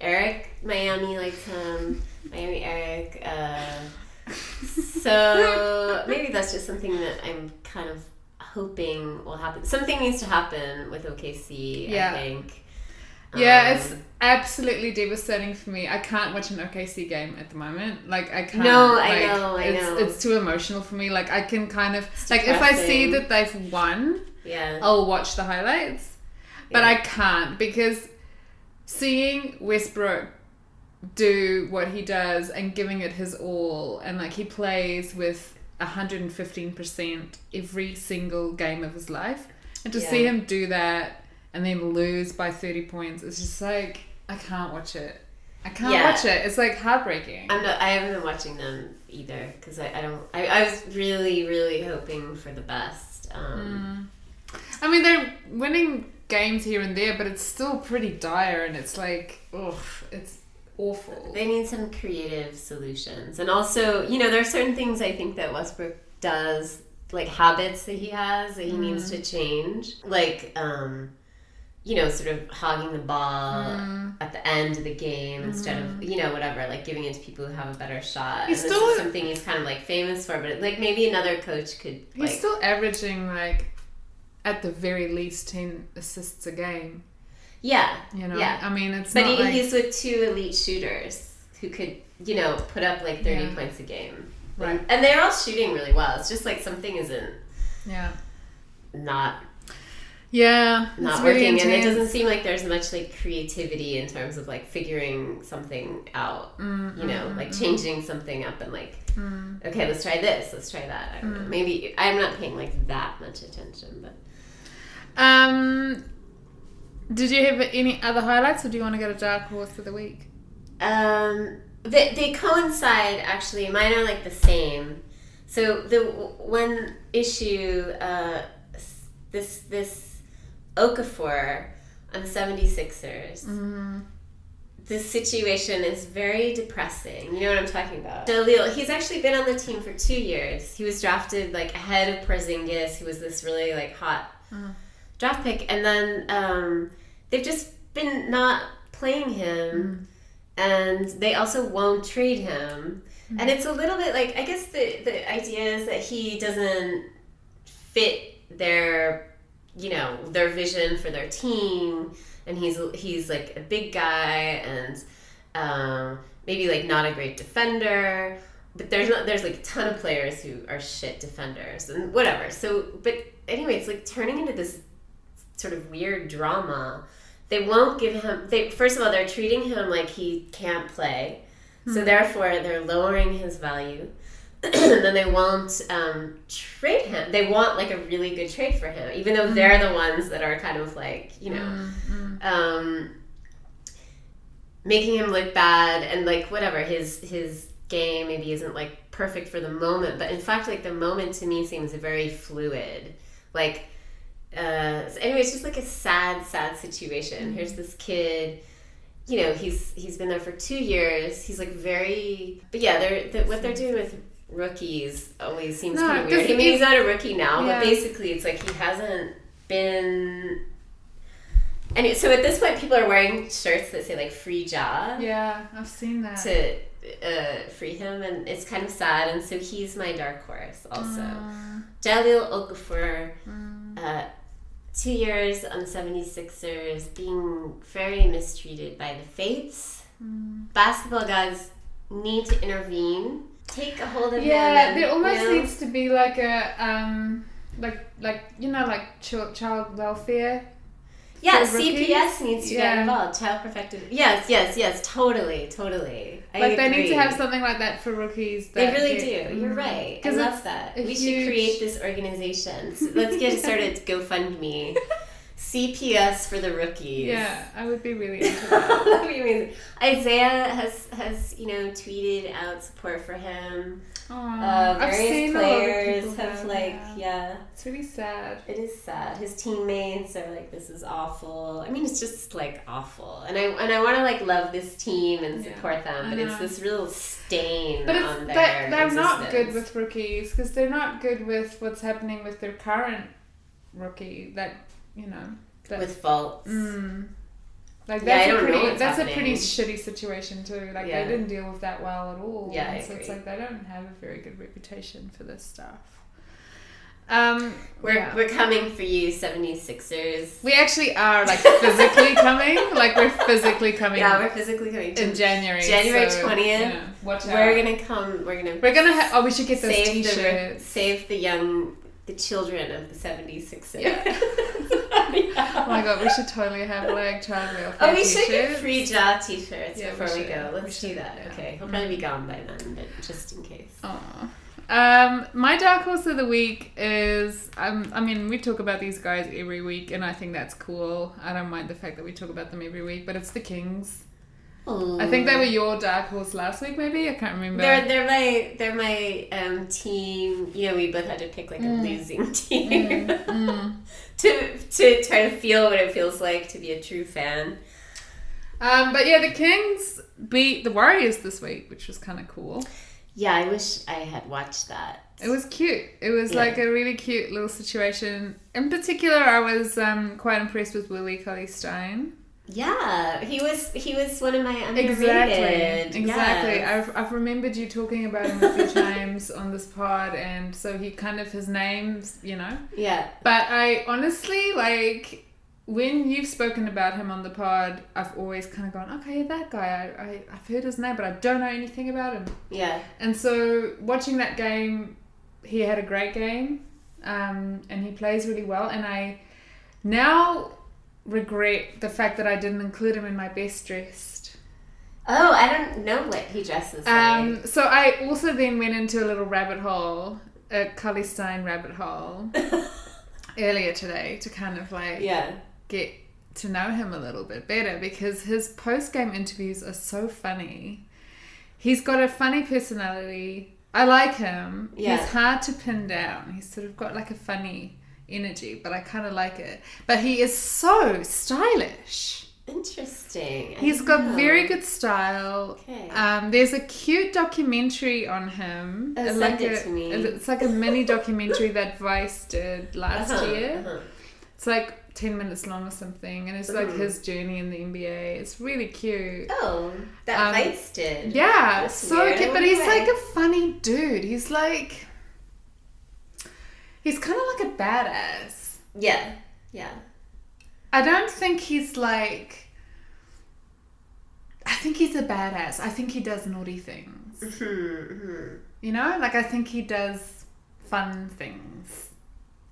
Speaker 3: Eric Miami likes him. Miami Eric. Uh, so maybe that's just something that I'm kind of hoping will happen. Something needs to happen with OKC.
Speaker 2: Yeah.
Speaker 3: I think.
Speaker 2: Yeah,
Speaker 3: Um,
Speaker 2: it's absolutely devastating for me. I can't watch an OKC game at the moment. Like I can't.
Speaker 3: No, I
Speaker 2: like,
Speaker 3: know, I
Speaker 2: it's,
Speaker 3: know.
Speaker 2: It's too emotional for me. Like I can kind of like if I see
Speaker 3: depressing.
Speaker 2: that they've won,
Speaker 3: yeah.
Speaker 2: I'll watch the highlights, but
Speaker 3: Yeah.
Speaker 2: I can't because seeing Westbrook do what he does and giving it his all, and like he plays with 115% every single game of his life, and to see
Speaker 3: Yeah.
Speaker 2: him do that and then lose by 30 points, it's just like, I can't watch it. I can't
Speaker 3: Yeah.
Speaker 2: watch it. It's like heartbreaking.
Speaker 3: I'm not, I haven't been watching them either because I, I don't. I, I was really, really hoping for the best.
Speaker 2: Hmm.
Speaker 3: Um,
Speaker 2: I mean, they're winning games here and there, but it's still pretty dire, and it's like, ugh, it's awful.
Speaker 3: They need some creative solutions, and also, you know, there are certain things I think that Westbrook does, like habits that he has
Speaker 2: Mm-hmm.
Speaker 3: that he needs to change, like, um, you know, sort of hogging the ball
Speaker 2: Mm-hmm.
Speaker 3: at the end of the game instead of, you know, whatever, like giving it to people who have a better shot.
Speaker 2: He's
Speaker 3: and this
Speaker 2: still-
Speaker 3: is something he's kind of like famous for, but like maybe another coach could. Like,
Speaker 2: He's still averaging like at the very least ten assists a game.
Speaker 3: yeah,
Speaker 2: You know,
Speaker 3: yeah.
Speaker 2: I mean, it's
Speaker 3: But
Speaker 2: not
Speaker 3: he,
Speaker 2: like
Speaker 3: he's with two elite shooters who could, you know, put up like 30
Speaker 2: Yeah.
Speaker 3: points a game.
Speaker 2: Right.
Speaker 3: And they're all shooting really well. It's just like something isn't
Speaker 2: yeah,
Speaker 3: not
Speaker 2: yeah, it's
Speaker 3: not
Speaker 2: really
Speaker 3: working and it
Speaker 2: intense.
Speaker 3: doesn't seem like there's much like creativity in terms of like figuring something out. you know,
Speaker 2: Mm-hmm,
Speaker 3: like changing something up and like
Speaker 2: Hmm.
Speaker 3: okay, let's try this, let's try that. I don't
Speaker 2: Mm.
Speaker 3: know. Maybe I'm not paying like that much attention, but
Speaker 2: Um, did you have any other highlights, or do you want to go to dark horse for the week?
Speaker 3: Um, they, they coincide actually. Mine are like the same. So the w- one issue, uh, s- this this Okafor on the 76ers. This situation is very depressing. You know what I'm talking about. Dalil, he's actually been on the team for two years. He was drafted like ahead of Porzingis, who was this really like hot draft pick, and then um, they've just been not playing him and they also won't trade him. And it's a little bit like I guess the the idea is that he doesn't fit their you know their vision for their team, and he's he's like a big guy and um, maybe like not a great defender. But there's not, there's like a ton of players who are shit defenders and whatever. So, but anyway, it's like turning into this sort of weird drama. They won't give him. They first of all, they're treating him like he can't play, so therefore they're lowering his value. and then they won't um, trade him. They want like a really good trade for him, even though they're the ones that are kind of like you know.
Speaker 2: Hmm.
Speaker 3: Um, making him look bad and like whatever his his game maybe isn't like perfect for the moment but in fact like the moment to me seems very fluid like uh so anyway it's just like a sad sad situation here's this kid you know he's he's been there for two years he's like very but yeah they're the, what they're doing with rookies always seems
Speaker 2: No,
Speaker 3: kind of weird i
Speaker 2: 'cause
Speaker 3: mean
Speaker 2: he-
Speaker 3: he's not a rookie now
Speaker 2: Yeah.
Speaker 3: but basically it's like he hasn't been and it- so at this point, people are wearing shirts that say like "free Ja"
Speaker 2: Yeah, I've seen that.
Speaker 3: to uh, free him, and it's kind of sad. And so he's my dark horse also. Jalil Okafor,
Speaker 2: Mm.
Speaker 3: uh, two years on the 76ers, being very mistreated by the fates.
Speaker 2: Mm.
Speaker 3: Basketball gods need to intervene, take a hold of him.
Speaker 2: Yeah,
Speaker 3: and,
Speaker 2: there almost
Speaker 3: you know-
Speaker 2: needs to be like a um, like like you know like child child welfare.
Speaker 3: Yeah,
Speaker 2: For rookies?
Speaker 3: CPS needs to
Speaker 2: Yeah.
Speaker 3: get involved. Child protective. Yes, yes, yes. Totally, totally. I
Speaker 2: like they need to
Speaker 3: agree.
Speaker 2: have something like that for rookies.
Speaker 3: They
Speaker 2: that
Speaker 3: really
Speaker 2: get- Mm-hmm.
Speaker 3: do. You're right. I
Speaker 2: 'Cause it's
Speaker 3: love that.
Speaker 2: a
Speaker 3: We
Speaker 2: huge-
Speaker 3: should create this organization. So let's get started. GoFundMe. CPS for the rookies.
Speaker 2: Yeah, I would be really into that.
Speaker 3: That'd be amazing. Isaiah has has you know tweeted out support for him. Uh,
Speaker 2: Aw, Um, I've
Speaker 3: various
Speaker 2: seen a lot of
Speaker 3: players
Speaker 2: people
Speaker 3: have
Speaker 2: have,
Speaker 3: like
Speaker 2: yeah.
Speaker 3: yeah.
Speaker 2: It's really sad.
Speaker 3: It is sad. His teammates are like, "This is awful." I mean, it's just like awful, and I and I want to like love this team and
Speaker 2: Yeah.
Speaker 3: support them,
Speaker 2: I
Speaker 3: but it's
Speaker 2: know.
Speaker 3: this real stain
Speaker 2: But
Speaker 3: on
Speaker 2: it's,
Speaker 3: their.
Speaker 2: they're, they're not
Speaker 3: existence.
Speaker 2: good with rookies because they're not good with what's happening with their current rookie. That you know, that,
Speaker 3: with faults.
Speaker 2: mm, like
Speaker 3: Hmm. Yeah, I
Speaker 2: that's
Speaker 3: don't
Speaker 2: a
Speaker 3: know
Speaker 2: pretty
Speaker 3: what's
Speaker 2: that's a pretty
Speaker 3: happening.
Speaker 2: shitty situation too. Like
Speaker 3: Yeah.
Speaker 2: they didn't deal with that well at all.
Speaker 3: Yeah,
Speaker 2: and
Speaker 3: I
Speaker 2: so it's
Speaker 3: agree.
Speaker 2: like they don't have a very good reputation for this stuff. Um,
Speaker 3: We're
Speaker 2: yeah.
Speaker 3: we're coming for you, 76ers.
Speaker 2: we actually are like physically coming. Like we're physically coming
Speaker 3: yeah, we're physically coming.
Speaker 2: in January.
Speaker 3: January
Speaker 2: so,
Speaker 3: 20th,
Speaker 2: yeah, watch out.
Speaker 3: We're gonna come. We're gonna
Speaker 2: We're gonna ha- oh we should get those
Speaker 3: save the
Speaker 2: t-shirts.
Speaker 3: save the young the children of the 76ers.
Speaker 2: Yeah.
Speaker 3: Yeah.
Speaker 2: Oh my god, we should totally have like child welfare
Speaker 3: Oh, we should get
Speaker 2: t-shirts.
Speaker 3: free jaw t-shirts
Speaker 2: Yeah, we
Speaker 3: before we,
Speaker 2: should.
Speaker 3: go.
Speaker 2: We
Speaker 3: Let's do
Speaker 2: should,
Speaker 3: that.
Speaker 2: yeah. Mm.
Speaker 3: Okay, he'll probably be gone by then, but just in case.
Speaker 2: Aw. Um, my dark horse of the week is um, I mean we talk about these guys every week and I think that's cool. I don't mind the fact that we talk about them every week, but it's the Kings. I think they were your dark horse last week, maybe I can't remember.
Speaker 3: Mm. They're, they're my they're my um, team. You know, we both had to pick like
Speaker 2: Mm.
Speaker 3: a losing team to to try to feel what it feels like to be a true fan.
Speaker 2: um, but yeah, the Kings beat the Warriors this week, which was kind of cool.
Speaker 3: Yeah, I wish I had watched that.
Speaker 2: It was cute. It was
Speaker 3: Yeah.
Speaker 2: like a really cute little situation. In particular, I was um, quite impressed with Willie Colley Stein.
Speaker 3: Yeah, he was he was one of my underrated.
Speaker 2: Exactly. Exactly.
Speaker 3: Yeah.
Speaker 2: I've, I've remembered you talking about him a few times on this pod, and so he kind of his name's you know.
Speaker 3: yeah.
Speaker 2: But I honestly like when you've spoken about him on the pod, I've always kind of gone, okay, that guy. I, I I've heard his name, but I don't know anything about him.
Speaker 3: Yeah.
Speaker 2: And so watching that game, he had a great game, um, and he plays really well. And I now regret the fact that I didn't include him in my best dressed.
Speaker 3: Oh, I don't know what he dresses like.
Speaker 2: Um, so I also then went into a little rabbit hole, a Cully Stein rabbit hole, earlier today to kind of like
Speaker 3: yeah.
Speaker 2: get to know him a little bit better because his post game interviews are so funny. He's got a funny personality. I like him.
Speaker 3: Yeah.
Speaker 2: He's hard to pin down. He's sort of got like a funny energy, but I kind of like it. But he is so stylish.
Speaker 3: Interesting. I
Speaker 2: He's
Speaker 3: don't
Speaker 2: got
Speaker 3: know.
Speaker 2: very good style.
Speaker 3: Okay.
Speaker 2: Um, there's a cute documentary on him.
Speaker 3: Oh,
Speaker 2: It's
Speaker 3: send
Speaker 2: like
Speaker 3: it
Speaker 2: a-
Speaker 3: to me.
Speaker 2: It's like a mini documentary that Vice did last
Speaker 3: Uh-huh,
Speaker 2: year.
Speaker 3: uh-huh.
Speaker 2: It's like ten minutes long or something, and it's like his journey in the NBA. It's really cute.
Speaker 3: Oh, that
Speaker 2: Um,
Speaker 3: Vice did.
Speaker 2: Yeah,
Speaker 3: That's
Speaker 2: so
Speaker 3: weird.
Speaker 2: cute. But
Speaker 3: Okay.
Speaker 2: he's like a funny dude. He's like, he's kind of like a badass.
Speaker 3: Yeah. Yeah.
Speaker 2: I don't think he's like. I think he's a badass. I think he does naughty things.
Speaker 3: Hmm.
Speaker 2: You know, like I think he does fun things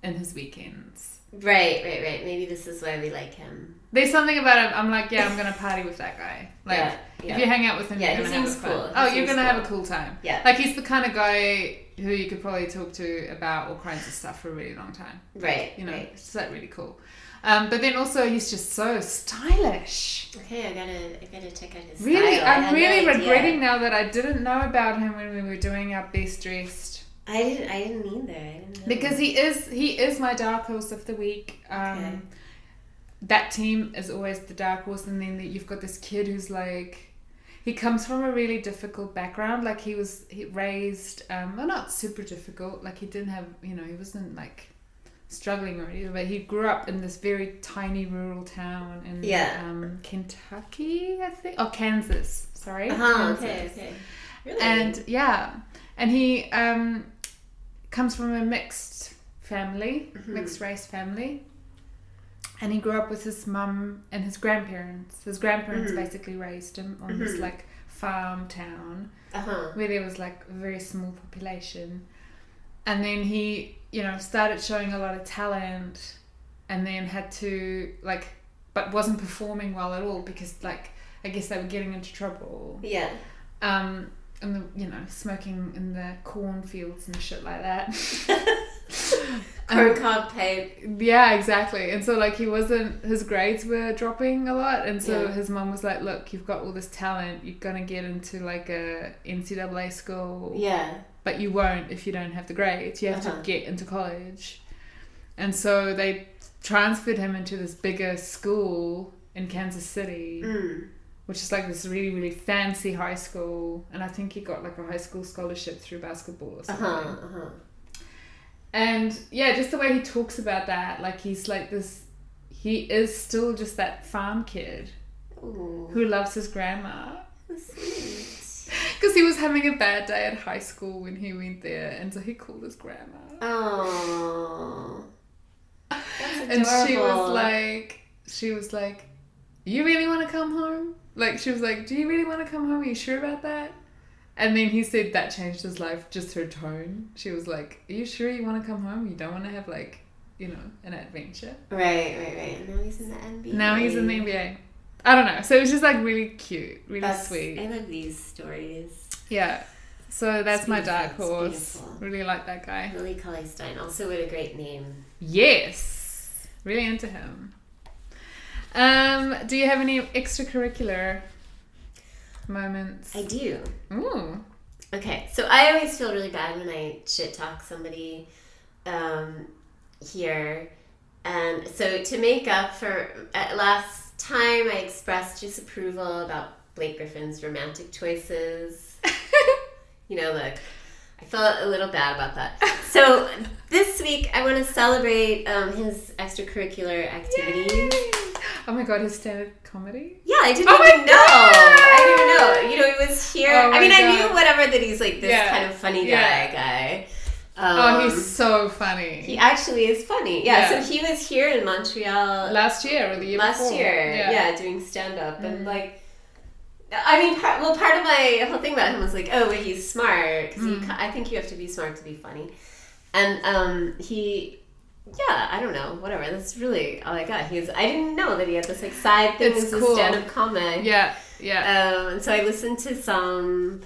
Speaker 2: in his weekends.
Speaker 3: Right, right, right. Maybe this is why we like him.
Speaker 2: There's something about him. I'm like, yeah, I'm gonna party with that guy. Like,
Speaker 3: Yeah, yeah.
Speaker 2: if you hang out with him,
Speaker 3: Yeah,
Speaker 2: you're
Speaker 3: he
Speaker 2: gonna have
Speaker 3: seems
Speaker 2: a fun.
Speaker 3: cool. He
Speaker 2: Oh, you're
Speaker 3: seems
Speaker 2: gonna have a
Speaker 3: cool.
Speaker 2: cool time.
Speaker 3: Yeah.
Speaker 2: Like he's the kind of guy who you could probably talk to about all kinds of stuff for a really long time.
Speaker 3: Right.
Speaker 2: You know,
Speaker 3: Right.
Speaker 2: it's like really cool. Um, but then also he's just so stylish.
Speaker 3: Okay, I gotta, I gotta check out his.
Speaker 2: Really,
Speaker 3: style. I had
Speaker 2: I'm
Speaker 3: no
Speaker 2: really
Speaker 3: idea.
Speaker 2: regretting now that I didn't know about him when we were doing our best dressed
Speaker 3: I didn't, I didn't either. I didn't know.
Speaker 2: because he is he is my dark horse of the week. Um,
Speaker 3: Okay.
Speaker 2: That team is always the dark horse, and then you've got this kid who's like. He comes from a really difficult background. Like he was he raised, um, well, not super difficult. Like he didn't have, you know, he wasn't like struggling or anything. But he grew up in this very tiny rural town in
Speaker 3: Yeah.
Speaker 2: um, Kentucky, I think, or Kansas. Sorry,
Speaker 3: Uh-huh,
Speaker 2: Kansas
Speaker 3: okay, okay. Really?
Speaker 2: and yeah and he um, comes from a mixed family mixed race family and he grew up with his mum and his grandparents his grandparents basically raised him on this like farm town
Speaker 3: uh huh.
Speaker 2: where there was like a very small population and then he you know started showing a lot of talent and then had to like but wasn't performing well at all because like I guess they were getting into trouble.
Speaker 3: Yeah.
Speaker 2: Um, and the, you know smoking in the cornfields and shit like that. Um,
Speaker 3: Corn cob pipe.
Speaker 2: Yeah, exactly. And so like he wasn't his grades were dropping a lot and so
Speaker 3: Yeah.
Speaker 2: his mom was like, Look, you've got all this talent, you're gonna get into like a NCAA school
Speaker 3: Yeah.
Speaker 2: but you won't if you don't have the grades. You have
Speaker 3: Uh-huh.
Speaker 2: to get into college. And so they transferred him into this bigger school in Kansas City,
Speaker 3: Mm.
Speaker 2: which is like this really, really fancy high school. And I think he got like a high school scholarship through basketball or
Speaker 3: Uh
Speaker 2: something.
Speaker 3: huh. Uh huh.
Speaker 2: And yeah, just the way he talks about that, like he's like this, he is still just that farm kid
Speaker 3: Ooh.
Speaker 2: who loves his grandma.
Speaker 3: Sweet.
Speaker 2: Because he was having a bad day at high school when he went there, and so he called his grandma.
Speaker 3: Oh.
Speaker 2: and she was like she was like you really want to come home like she was like do you really want to come home are you sure about that and then he said that changed his life just her tone she was like are you sure you want to come home you don't want to have like you know an adventure
Speaker 3: Right, right, right. And Now he's in the NBA.
Speaker 2: now he's in the nba i don't know so it was just like really cute really
Speaker 3: That's
Speaker 2: sweet
Speaker 3: I love these stories.
Speaker 2: yeah so that's
Speaker 3: It's
Speaker 2: my
Speaker 3: beautiful,
Speaker 2: dark
Speaker 3: it's
Speaker 2: horse
Speaker 3: beautiful.
Speaker 2: really like that guy
Speaker 3: Lily Colley Stein. Also, what a great name.
Speaker 2: yes really into him um do you have any extracurricular moments
Speaker 3: I do.
Speaker 2: Ooh.
Speaker 3: Okay, so I always feel really bad when I shit talk somebody um, here. And so to make up for at last time, I expressed disapproval about Blake Griffin's romantic choices. you know, look, I felt a little bad about that. So this week, I want to celebrate um, his extracurricular activities.
Speaker 2: Oh my god, his stand-up comedy?
Speaker 3: Yeah, I didn't
Speaker 2: Oh my
Speaker 3: even know. I
Speaker 2: God!
Speaker 3: didn't know. You know, he was here.
Speaker 2: Oh
Speaker 3: I mean,
Speaker 2: my
Speaker 3: I knew
Speaker 2: God.
Speaker 3: whatever that he's like this
Speaker 2: Yeah.
Speaker 3: kind of funny
Speaker 2: Yeah.
Speaker 3: guy guy.
Speaker 2: Oh,
Speaker 3: Um,
Speaker 2: he's so funny.
Speaker 3: he uh, actually is funny. Yeah,
Speaker 2: Yeah.
Speaker 3: So he was here in Montreal
Speaker 2: last year or the year
Speaker 3: last
Speaker 2: before. Mm-hmm.
Speaker 3: year. Yeah, doing stand up and like. I mean, part, well, part of my whole thing about him was like, oh, well, he's smart. 'cause
Speaker 2: Mm.
Speaker 3: he, I think you have to be smart to be funny. And um, he, yeah, I don't know, whatever. That's really all I got. He was, I didn't know that he had this like side thing
Speaker 2: It's
Speaker 3: as a
Speaker 2: cool.
Speaker 3: stand-up comic.
Speaker 2: Yeah, yeah.
Speaker 3: Um, and so I listened to some.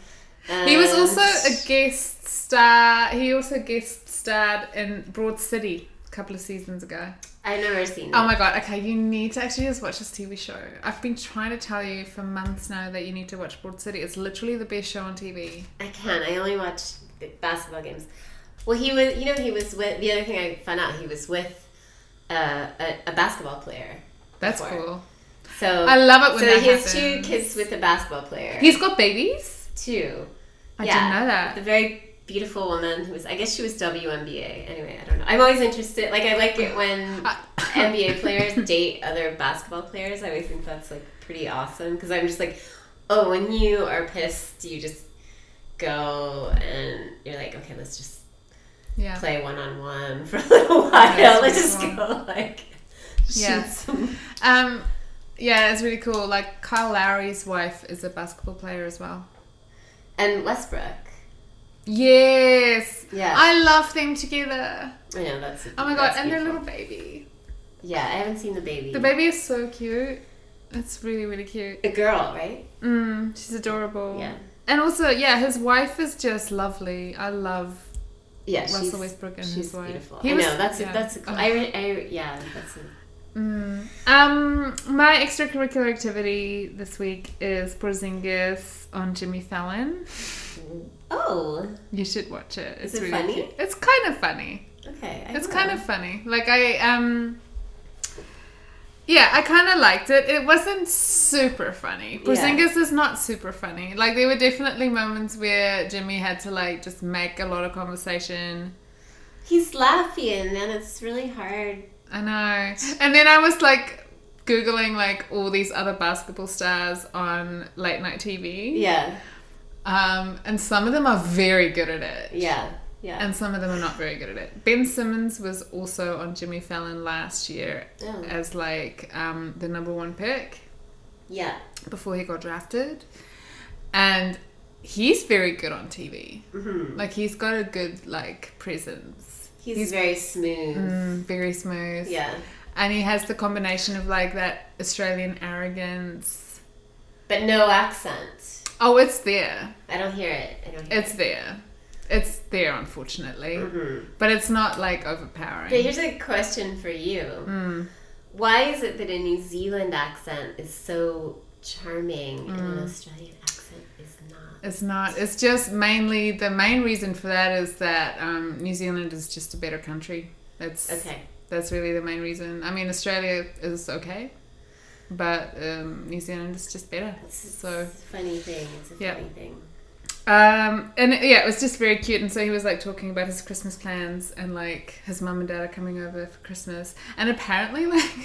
Speaker 3: um, And
Speaker 2: he was also a guest star. He also guest starred in Broad City a couple of seasons ago.
Speaker 3: I've never seen.
Speaker 2: Oh
Speaker 3: Oh
Speaker 2: my god, okay, you need to actually just watch this TV show. I've been trying to tell you for months now that you need to watch Broad City. It's literally the best show on TV.
Speaker 3: I can't. I only watch b- basketball games. Well, he was. You know, he was with. The other thing I found out, he was with uh, a, a basketball player.
Speaker 2: That's
Speaker 3: Before.
Speaker 2: cool.
Speaker 3: So
Speaker 2: I love it when
Speaker 3: so
Speaker 2: that
Speaker 3: he has two
Speaker 2: happens.
Speaker 3: kids with a basketball player.
Speaker 2: He's got babies?
Speaker 3: two.
Speaker 2: I
Speaker 3: Yeah.
Speaker 2: didn't know that.
Speaker 3: The very beautiful woman who was. I guess she was WNBA. Anyway, I don't know. I'm always interested. Like I like it when
Speaker 2: Uh,
Speaker 3: NBA players date other basketball players. I always think that's like pretty awesome because I'm just like, oh, when you are pissed, you just go and you're like, okay, let's just
Speaker 2: Yeah.
Speaker 3: play one on one for a little while.
Speaker 2: Yes,
Speaker 3: let's just
Speaker 2: one-on-one.
Speaker 3: go like.
Speaker 2: Yeah.
Speaker 3: shoot some-
Speaker 2: Um, yeah, it's really cool. Like Kyle Lowry's wife is a basketball player as well.
Speaker 3: And Westbrook.
Speaker 2: Yes,
Speaker 3: Yeah.
Speaker 2: I love them together.
Speaker 3: I know that's.
Speaker 2: Oh my god,
Speaker 3: that's
Speaker 2: and their
Speaker 3: beautiful.
Speaker 2: little baby.
Speaker 3: Yeah, I haven't seen the baby.
Speaker 2: The baby is so cute. It's really really cute.
Speaker 3: A girl, right?
Speaker 2: Mm, she's adorable.
Speaker 3: Yeah.
Speaker 2: And also, yeah, his wife is just lovely. I love.
Speaker 3: Yeah,
Speaker 2: Russell
Speaker 3: she's,
Speaker 2: Westbrook and
Speaker 3: she's
Speaker 2: his wife.
Speaker 3: beautiful.
Speaker 2: He
Speaker 3: I
Speaker 2: was-
Speaker 3: know that's
Speaker 2: yeah.
Speaker 3: a, that's a cool. I, re- I re- yeah that's a,
Speaker 2: Mm. Um, my extracurricular activity this week is Porzingis on Jimmy Fallon.
Speaker 3: oh
Speaker 2: You should watch it. It's
Speaker 3: it
Speaker 2: really
Speaker 3: funny?
Speaker 2: Cute. It's kind of funny.
Speaker 3: okay. I
Speaker 2: it's
Speaker 3: will.
Speaker 2: kind of funny like i um yeah i kind of liked it it wasn't super funny
Speaker 3: Yeah.
Speaker 2: Porzingis is not super funny like there were definitely moments where jimmy had to like just make a lot of conversation
Speaker 3: He's laughing, and it's really hard.
Speaker 2: i know and then i was like googling like all these other basketball stars on late night tv
Speaker 3: Yeah,
Speaker 2: um, and some of them are very good at it
Speaker 3: yeah, yeah.
Speaker 2: and some of them are not very good at it. Ben Simmons was also on Jimmy Fallon last year
Speaker 3: Oh.
Speaker 2: as like um, the number one pick
Speaker 3: yeah,
Speaker 2: before he got drafted, and he's very good on TV.
Speaker 3: Mm-hmm.
Speaker 2: Like he's got a good like presence,
Speaker 3: he's,
Speaker 2: He's-
Speaker 3: very smooth.
Speaker 2: Mm, very smooth.
Speaker 3: Mm. Yeah,
Speaker 2: and he has the combination of like that Australian arrogance.
Speaker 3: But no accent.
Speaker 2: Oh, it's there.
Speaker 3: I don't hear it. I don't hear
Speaker 2: It's there. It's there, unfortunately.
Speaker 3: it. Mhm.
Speaker 2: But it's not like
Speaker 3: Okay,
Speaker 2: overpowering.
Speaker 3: here's a question for you.
Speaker 2: Mm.
Speaker 3: Why is it that a New Zealand accent is so charming
Speaker 2: Mm.
Speaker 3: and an Australian accent is not?
Speaker 2: It's not. It's just mainly the main reason for that is that um, New Zealand is just a better country. That's
Speaker 3: Okay.
Speaker 2: That's really the main reason. I mean, Australia is okay, but um, New Zealand is just better.
Speaker 3: It's, it's a
Speaker 2: So
Speaker 3: funny thing. It's a
Speaker 2: Yeah.
Speaker 3: funny thing.
Speaker 2: Um, and yeah, it was just very cute. And so he was like talking about his Christmas plans, and like his mum and dad are coming over for Christmas. And apparently, like,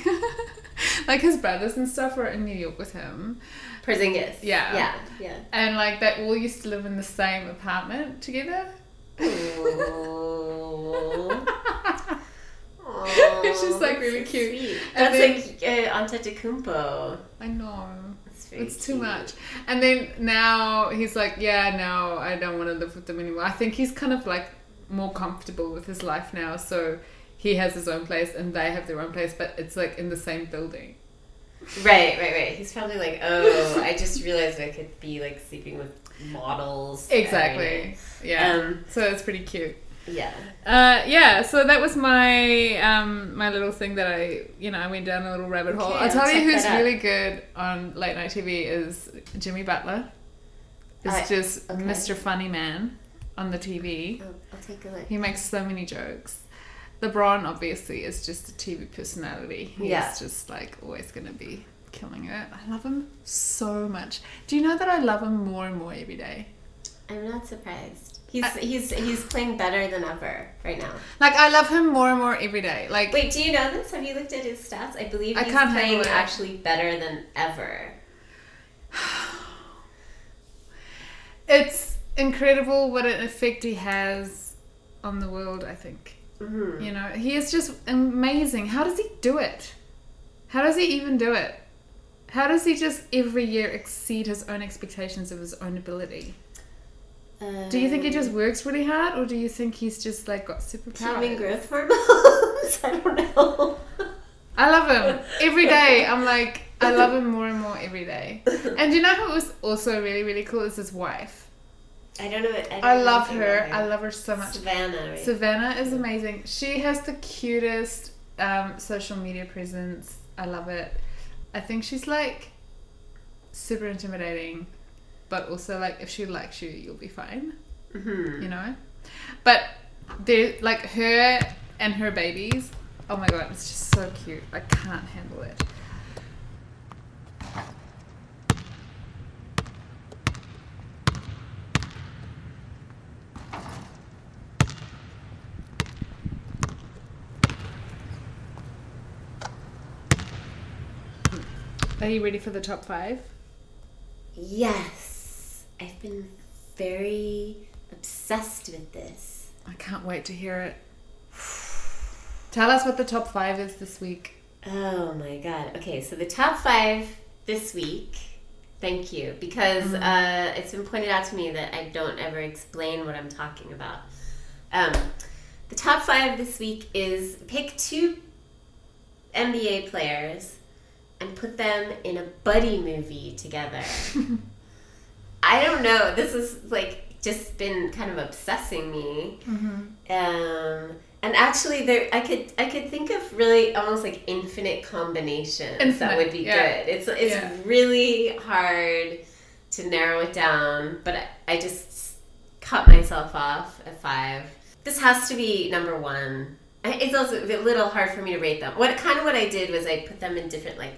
Speaker 2: like his brothers and stuff were in New York with him,
Speaker 3: Porzingis.
Speaker 2: Yeah.
Speaker 3: Yeah. Yeah.
Speaker 2: and like they all used to live in the same apartment together. It's
Speaker 3: Oh,
Speaker 2: just, like, really cute. And
Speaker 3: That's like
Speaker 2: then-
Speaker 3: uh, Antetokounmpo.
Speaker 2: I know.
Speaker 3: It's, very
Speaker 2: It's too
Speaker 3: cute.
Speaker 2: much. And then now he's like, yeah, no, I don't want to live with them anymore. I think he's kind of like more comfortable with his life now. So he has his own place and they have their own place, but it's like in the same building.
Speaker 3: Right, right, right. He's probably like, oh, I just realized I could be like sleeping with models. every
Speaker 2: Exactly.
Speaker 3: night."
Speaker 2: Yeah.
Speaker 3: Um,
Speaker 2: so it's pretty cute.
Speaker 3: yeah.
Speaker 2: Uh, yeah, so that was my um, my little thing that I you know I went down a little rabbit hole.
Speaker 3: Okay,
Speaker 2: I'll
Speaker 3: I'll
Speaker 2: tell you
Speaker 3: check
Speaker 2: who's
Speaker 3: that out.
Speaker 2: really good on late night TV is Jimmy Butler. It's
Speaker 3: I-
Speaker 2: just
Speaker 3: okay.
Speaker 2: Mr. Funny Man on the TV.
Speaker 3: I'll, I'll take a look.
Speaker 2: He makes so many jokes. LeBron obviously is just a TV personality. He's
Speaker 3: Yeah.
Speaker 2: just like always going to be killing it. I love him so much. Do you know that I love him more and more every day?
Speaker 3: I'm not surprised. He's he's he's playing better than ever right now.
Speaker 2: Like I love him more and more every day. Like
Speaker 3: Wait, do you know this? Have you looked at his stats? I believe
Speaker 2: I
Speaker 3: he's
Speaker 2: can't
Speaker 3: playing
Speaker 2: handle it.
Speaker 3: actually better than ever.
Speaker 2: it's incredible what an effect he has on the world, I think.
Speaker 3: Mhm.
Speaker 2: You know, he is just amazing. How does he do it? How does he even do it? How does he just every year exceed his own expectations of his own ability? Do you think he
Speaker 3: Um,
Speaker 2: just works really hard, or do you think he's just like got superpowers?
Speaker 3: human growth hormones? I don't know.
Speaker 2: I love him every day. I'm like, I love him more and more every day. And you know who was also really really cool is his wife.
Speaker 3: I don't know. I, don't
Speaker 2: I
Speaker 3: know
Speaker 2: love
Speaker 3: anything
Speaker 2: her.
Speaker 3: about
Speaker 2: I love her so much.
Speaker 3: Savannah. Right?
Speaker 2: Savannah is amazing. She has the cutest um, social media presence. I love it. I think she's like super intimidating, but also like if she likes you, you'll be fine.
Speaker 3: Mhm.
Speaker 2: you know but they like her and her babies oh my god it's just so cute i can't handle it Are you ready for the top five?
Speaker 3: Yes, I've been very obsessed with this.
Speaker 2: I can't wait to hear it. Tell us what the top five is this week.
Speaker 3: Oh my god. Okay, so the top five this week. Thank you, because
Speaker 2: Mm-hmm.
Speaker 3: uh, it's been pointed out to me that I don't ever explain what I'm talking about. Um, the top five this week is pick two NBA players and put them in a buddy movie together. I don't know. This is like just been kind of obsessing me.
Speaker 2: Mm-hmm.
Speaker 3: Um, and actually, there I could I could think of really almost like infinite combinations
Speaker 2: Infinite,
Speaker 3: that would be
Speaker 2: yeah.
Speaker 3: good. It's it's
Speaker 2: Yeah.
Speaker 3: really hard to narrow it down, but I, I just cut myself off at five. This has to be number one. I- It's also a little hard for me to rate them. What kind of what I did was I put them in different like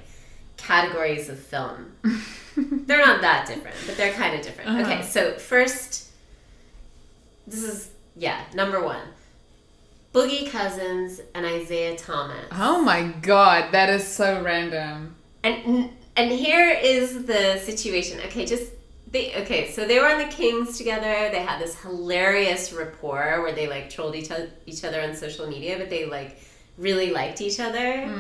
Speaker 3: categories of film. They're not that different, but they're kind of different.
Speaker 2: Uh-huh.
Speaker 3: Okay, so first, this is, yeah, number one Boogie Cousins and Isaiah Thomas.
Speaker 2: Oh my god, that is so random.
Speaker 3: And, and here is the situation. Okay, just. They, okay, so they were on the Kings together. They had this hilarious rapport where they like trolled each, oth- each other on social media, but they like really liked each other.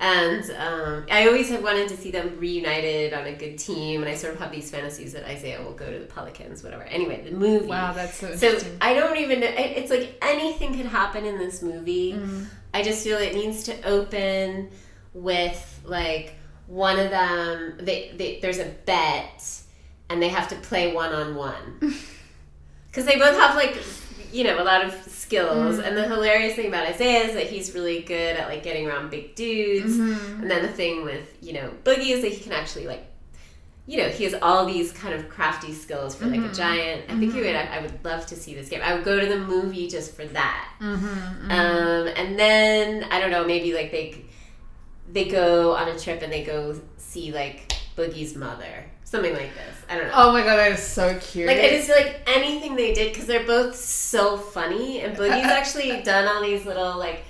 Speaker 3: And um, I always have wanted to see them reunited on a good team, and I sort of have these fantasies that Isaiah will go to the Pelicans, whatever. Anyway, the movie.
Speaker 2: Wow, that's so
Speaker 3: So
Speaker 2: interesting.
Speaker 3: I don't even know. It, it's like anything could happen in this movie.
Speaker 2: Mm-hmm.
Speaker 3: I just feel it needs to open with like one of them. They, they there's a bet, and they have to play one on one because they both have like you know a lot of skills.
Speaker 2: Mm-hmm.
Speaker 3: And the hilarious thing about Isaiah is that he's really good at like getting around big
Speaker 2: Mm-hmm.
Speaker 3: dudes. And then the thing with you know Boogie is that he can actually like you know, he has all these kind of crafty skills for like a giant. I think he would. I, I would love to see this game. I would go to the movie just for that.
Speaker 2: mm-hmm,
Speaker 3: Um, and then I don't know. Maybe like they they go on a trip and they go see like Boogie's mother, something like this. I don't know.
Speaker 2: Oh my god, that is so cute.
Speaker 3: Like I just feel like anything they did because they're both so funny, and Boogie's actually done all these little like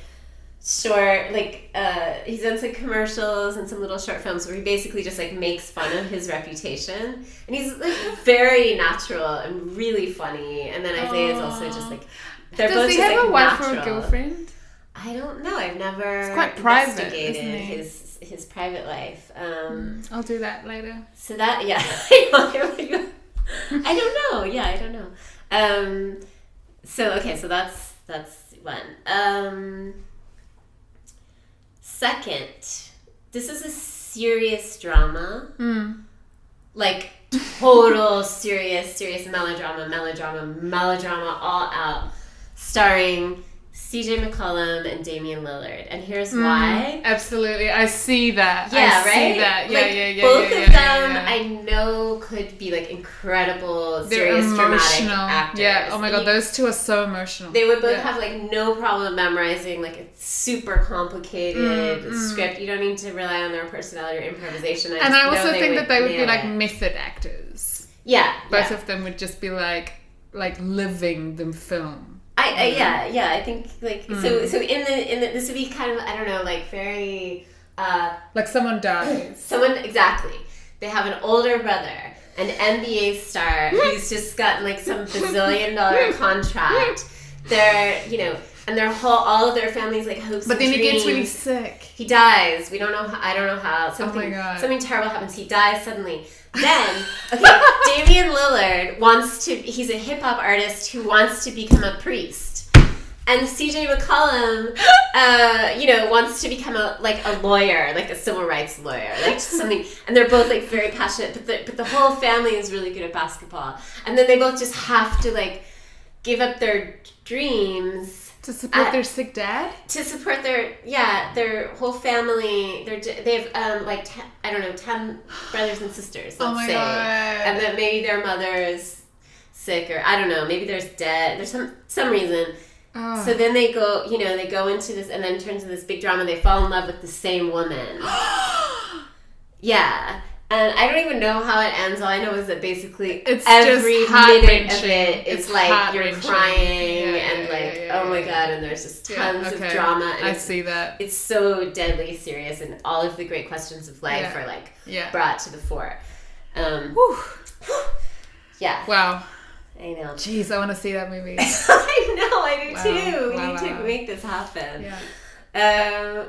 Speaker 3: short like uh he's done some commercials and some little short films where he basically just like makes fun of his reputation and he's like very natural and really funny and then isaiah is also just like they're both
Speaker 2: Does he
Speaker 3: just,
Speaker 2: have
Speaker 3: like,
Speaker 2: a wife or a
Speaker 3: natural.
Speaker 2: girlfriend?
Speaker 3: i don't know i've never
Speaker 2: It's quite private,
Speaker 3: investigated
Speaker 2: isn't it?
Speaker 3: his his private life um
Speaker 2: I'll do that later.
Speaker 3: so that yeah, I don't know. Yeah, I don't know. Um, so okay, so that's that's one. Um, second, this is a serious drama,
Speaker 2: Mm.
Speaker 3: like total serious, serious melodrama, melodrama, melodrama, all out, starring C.J. McCollum and Damian Lillard. And here's why.
Speaker 2: hmm. Absolutely, I see that.
Speaker 3: Yeah,
Speaker 2: I
Speaker 3: right.
Speaker 2: See that. Yeah,
Speaker 3: like,
Speaker 2: yeah, yeah.
Speaker 3: Both
Speaker 2: yeah,
Speaker 3: of
Speaker 2: yeah,
Speaker 3: them,
Speaker 2: yeah.
Speaker 3: I know, could be like incredible,
Speaker 2: They're
Speaker 3: serious, dramatic
Speaker 2: emotional.
Speaker 3: actors.
Speaker 2: Yeah. Oh my god,
Speaker 3: You-
Speaker 2: those two are so emotional.
Speaker 3: They would both
Speaker 2: Yeah.
Speaker 3: have like no problem memorizing like a super complicated
Speaker 2: Mm,
Speaker 3: script. You don't need to rely on their personality or improvisation. I
Speaker 2: and
Speaker 3: just
Speaker 2: I
Speaker 3: know
Speaker 2: also
Speaker 3: they
Speaker 2: think
Speaker 3: would
Speaker 2: that they would be
Speaker 3: nail
Speaker 2: like
Speaker 3: it.
Speaker 2: method actors.
Speaker 3: yeah,
Speaker 2: Both
Speaker 3: yeah.
Speaker 2: of them would just be like, like living the film.
Speaker 3: I, I
Speaker 2: Mm.
Speaker 3: yeah yeah I think like so so in the in the this would be kind of I don't know like very uh
Speaker 2: Like someone dies.
Speaker 3: Someone exactly. They have an older brother, an NBA star who's just gotten like some bazillion dollar contract. They're you know, and their whole all of their families like hopes.
Speaker 2: but
Speaker 3: and
Speaker 2: then he gets
Speaker 3: dreams.
Speaker 2: really sick.
Speaker 3: He dies. We don't know. How, I don't know how. Something,
Speaker 2: God.
Speaker 3: Something terrible happens. He dies suddenly. Then, okay, Damian Lillard wants to. He's a hip hop artist who wants to become a priest, and C.J. McCollum, uh, you know, wants to become a like a lawyer, like a civil rights lawyer, like just something. And they're both like very passionate, but the, but the whole family is really good at basketball, and then they both just have to like give up their dreams
Speaker 2: To support
Speaker 3: I-
Speaker 2: their sick dad?
Speaker 3: to support their yeah their whole family their they have um like te- i don't know 10 brothers and sisters let's
Speaker 2: Oh my
Speaker 3: say
Speaker 2: God.
Speaker 3: and then maybe their mother is sick or i don't know maybe there's dead there's some some reason
Speaker 2: Oh.
Speaker 3: so then they go you know they go into this and then it turns into this big drama they fall in love with the same woman yeah and I don't even know how it ends. All I know is that basically
Speaker 2: It's
Speaker 3: every
Speaker 2: just
Speaker 3: minute of
Speaker 2: heart-wrenching.
Speaker 3: it, it's,
Speaker 2: It's
Speaker 3: like you're
Speaker 2: heart-wrenching.
Speaker 3: crying
Speaker 2: Yeah,
Speaker 3: and
Speaker 2: yeah,
Speaker 3: like,
Speaker 2: yeah, yeah,
Speaker 3: oh my
Speaker 2: yeah.
Speaker 3: god! And there's just
Speaker 2: Yeah,
Speaker 3: tons
Speaker 2: okay.
Speaker 3: of drama. And
Speaker 2: I
Speaker 3: it's
Speaker 2: see that.
Speaker 3: it's so deadly serious and all of the great questions of life
Speaker 2: Yeah.
Speaker 3: are like
Speaker 2: Yeah.
Speaker 3: brought to the fore um
Speaker 2: Whew.
Speaker 3: yeah
Speaker 2: Wow.
Speaker 3: i know
Speaker 2: Jeez, I want to see that movie.
Speaker 3: i know i do
Speaker 2: Wow.
Speaker 3: too we
Speaker 2: Wow,
Speaker 3: need
Speaker 2: wow,
Speaker 3: to
Speaker 2: wow.
Speaker 3: make this happen
Speaker 2: yeah.
Speaker 3: um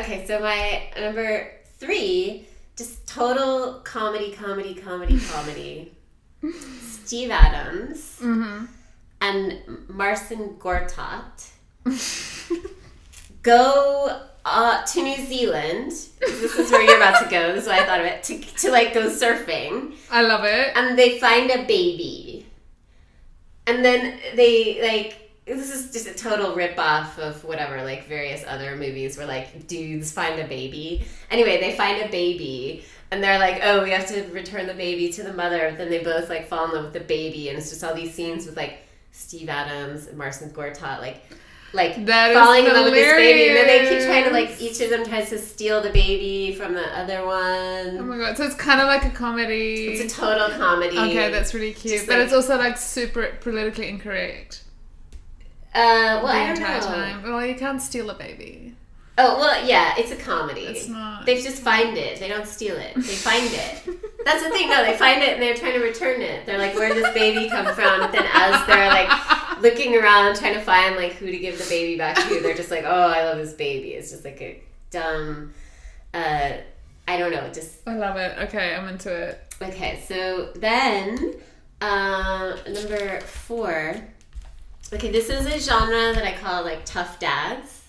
Speaker 3: okay so my number three just total comedy comedy comedy comedy steve adams
Speaker 2: Mm-hmm.
Speaker 3: and marcin gortat go uh, to New Zealand. This is where you're about to go. This is why I thought of it. To, to like go surfing,
Speaker 2: I love it.
Speaker 3: and they find a baby, and then they like. This is just a total rip off of whatever, like various other movies where like dudes find a baby. Anyway, they find a baby and they're like, oh, we have to return the baby to the mother. But then they both like fall in love with the baby, and it's just all these scenes with like Steve Adams and Marcin Gortat, like like
Speaker 2: That is
Speaker 3: falling in love with this baby, and then they keep
Speaker 2: hilarious.
Speaker 3: trying to like each of them tries to steal the baby from the other one.
Speaker 2: Oh my god. So it's kind of like a comedy.
Speaker 3: it's a total comedy.
Speaker 2: okay, that's really cute.
Speaker 3: Just
Speaker 2: but
Speaker 3: like-
Speaker 2: it's also like super politically incorrect.
Speaker 3: uh, well,
Speaker 2: the
Speaker 3: I don't
Speaker 2: entire
Speaker 3: know.
Speaker 2: time. Well, you can't steal a baby.
Speaker 3: Oh well, yeah, it's a comedy.
Speaker 2: It's not.
Speaker 3: They just find it. They don't steal it. They find it. That's the thing. No, they find it and they're trying to return it. They're like, "Where did this baby come from?" But then, as they're like looking around trying to find like who to give the baby back to, they're just like, "Oh, I love this baby." It's just like a dumb uh, I don't know, just
Speaker 2: I love it. Okay, I'm into it.
Speaker 3: Okay, so then uh, number four. Okay, this is a genre that I call like tough dads,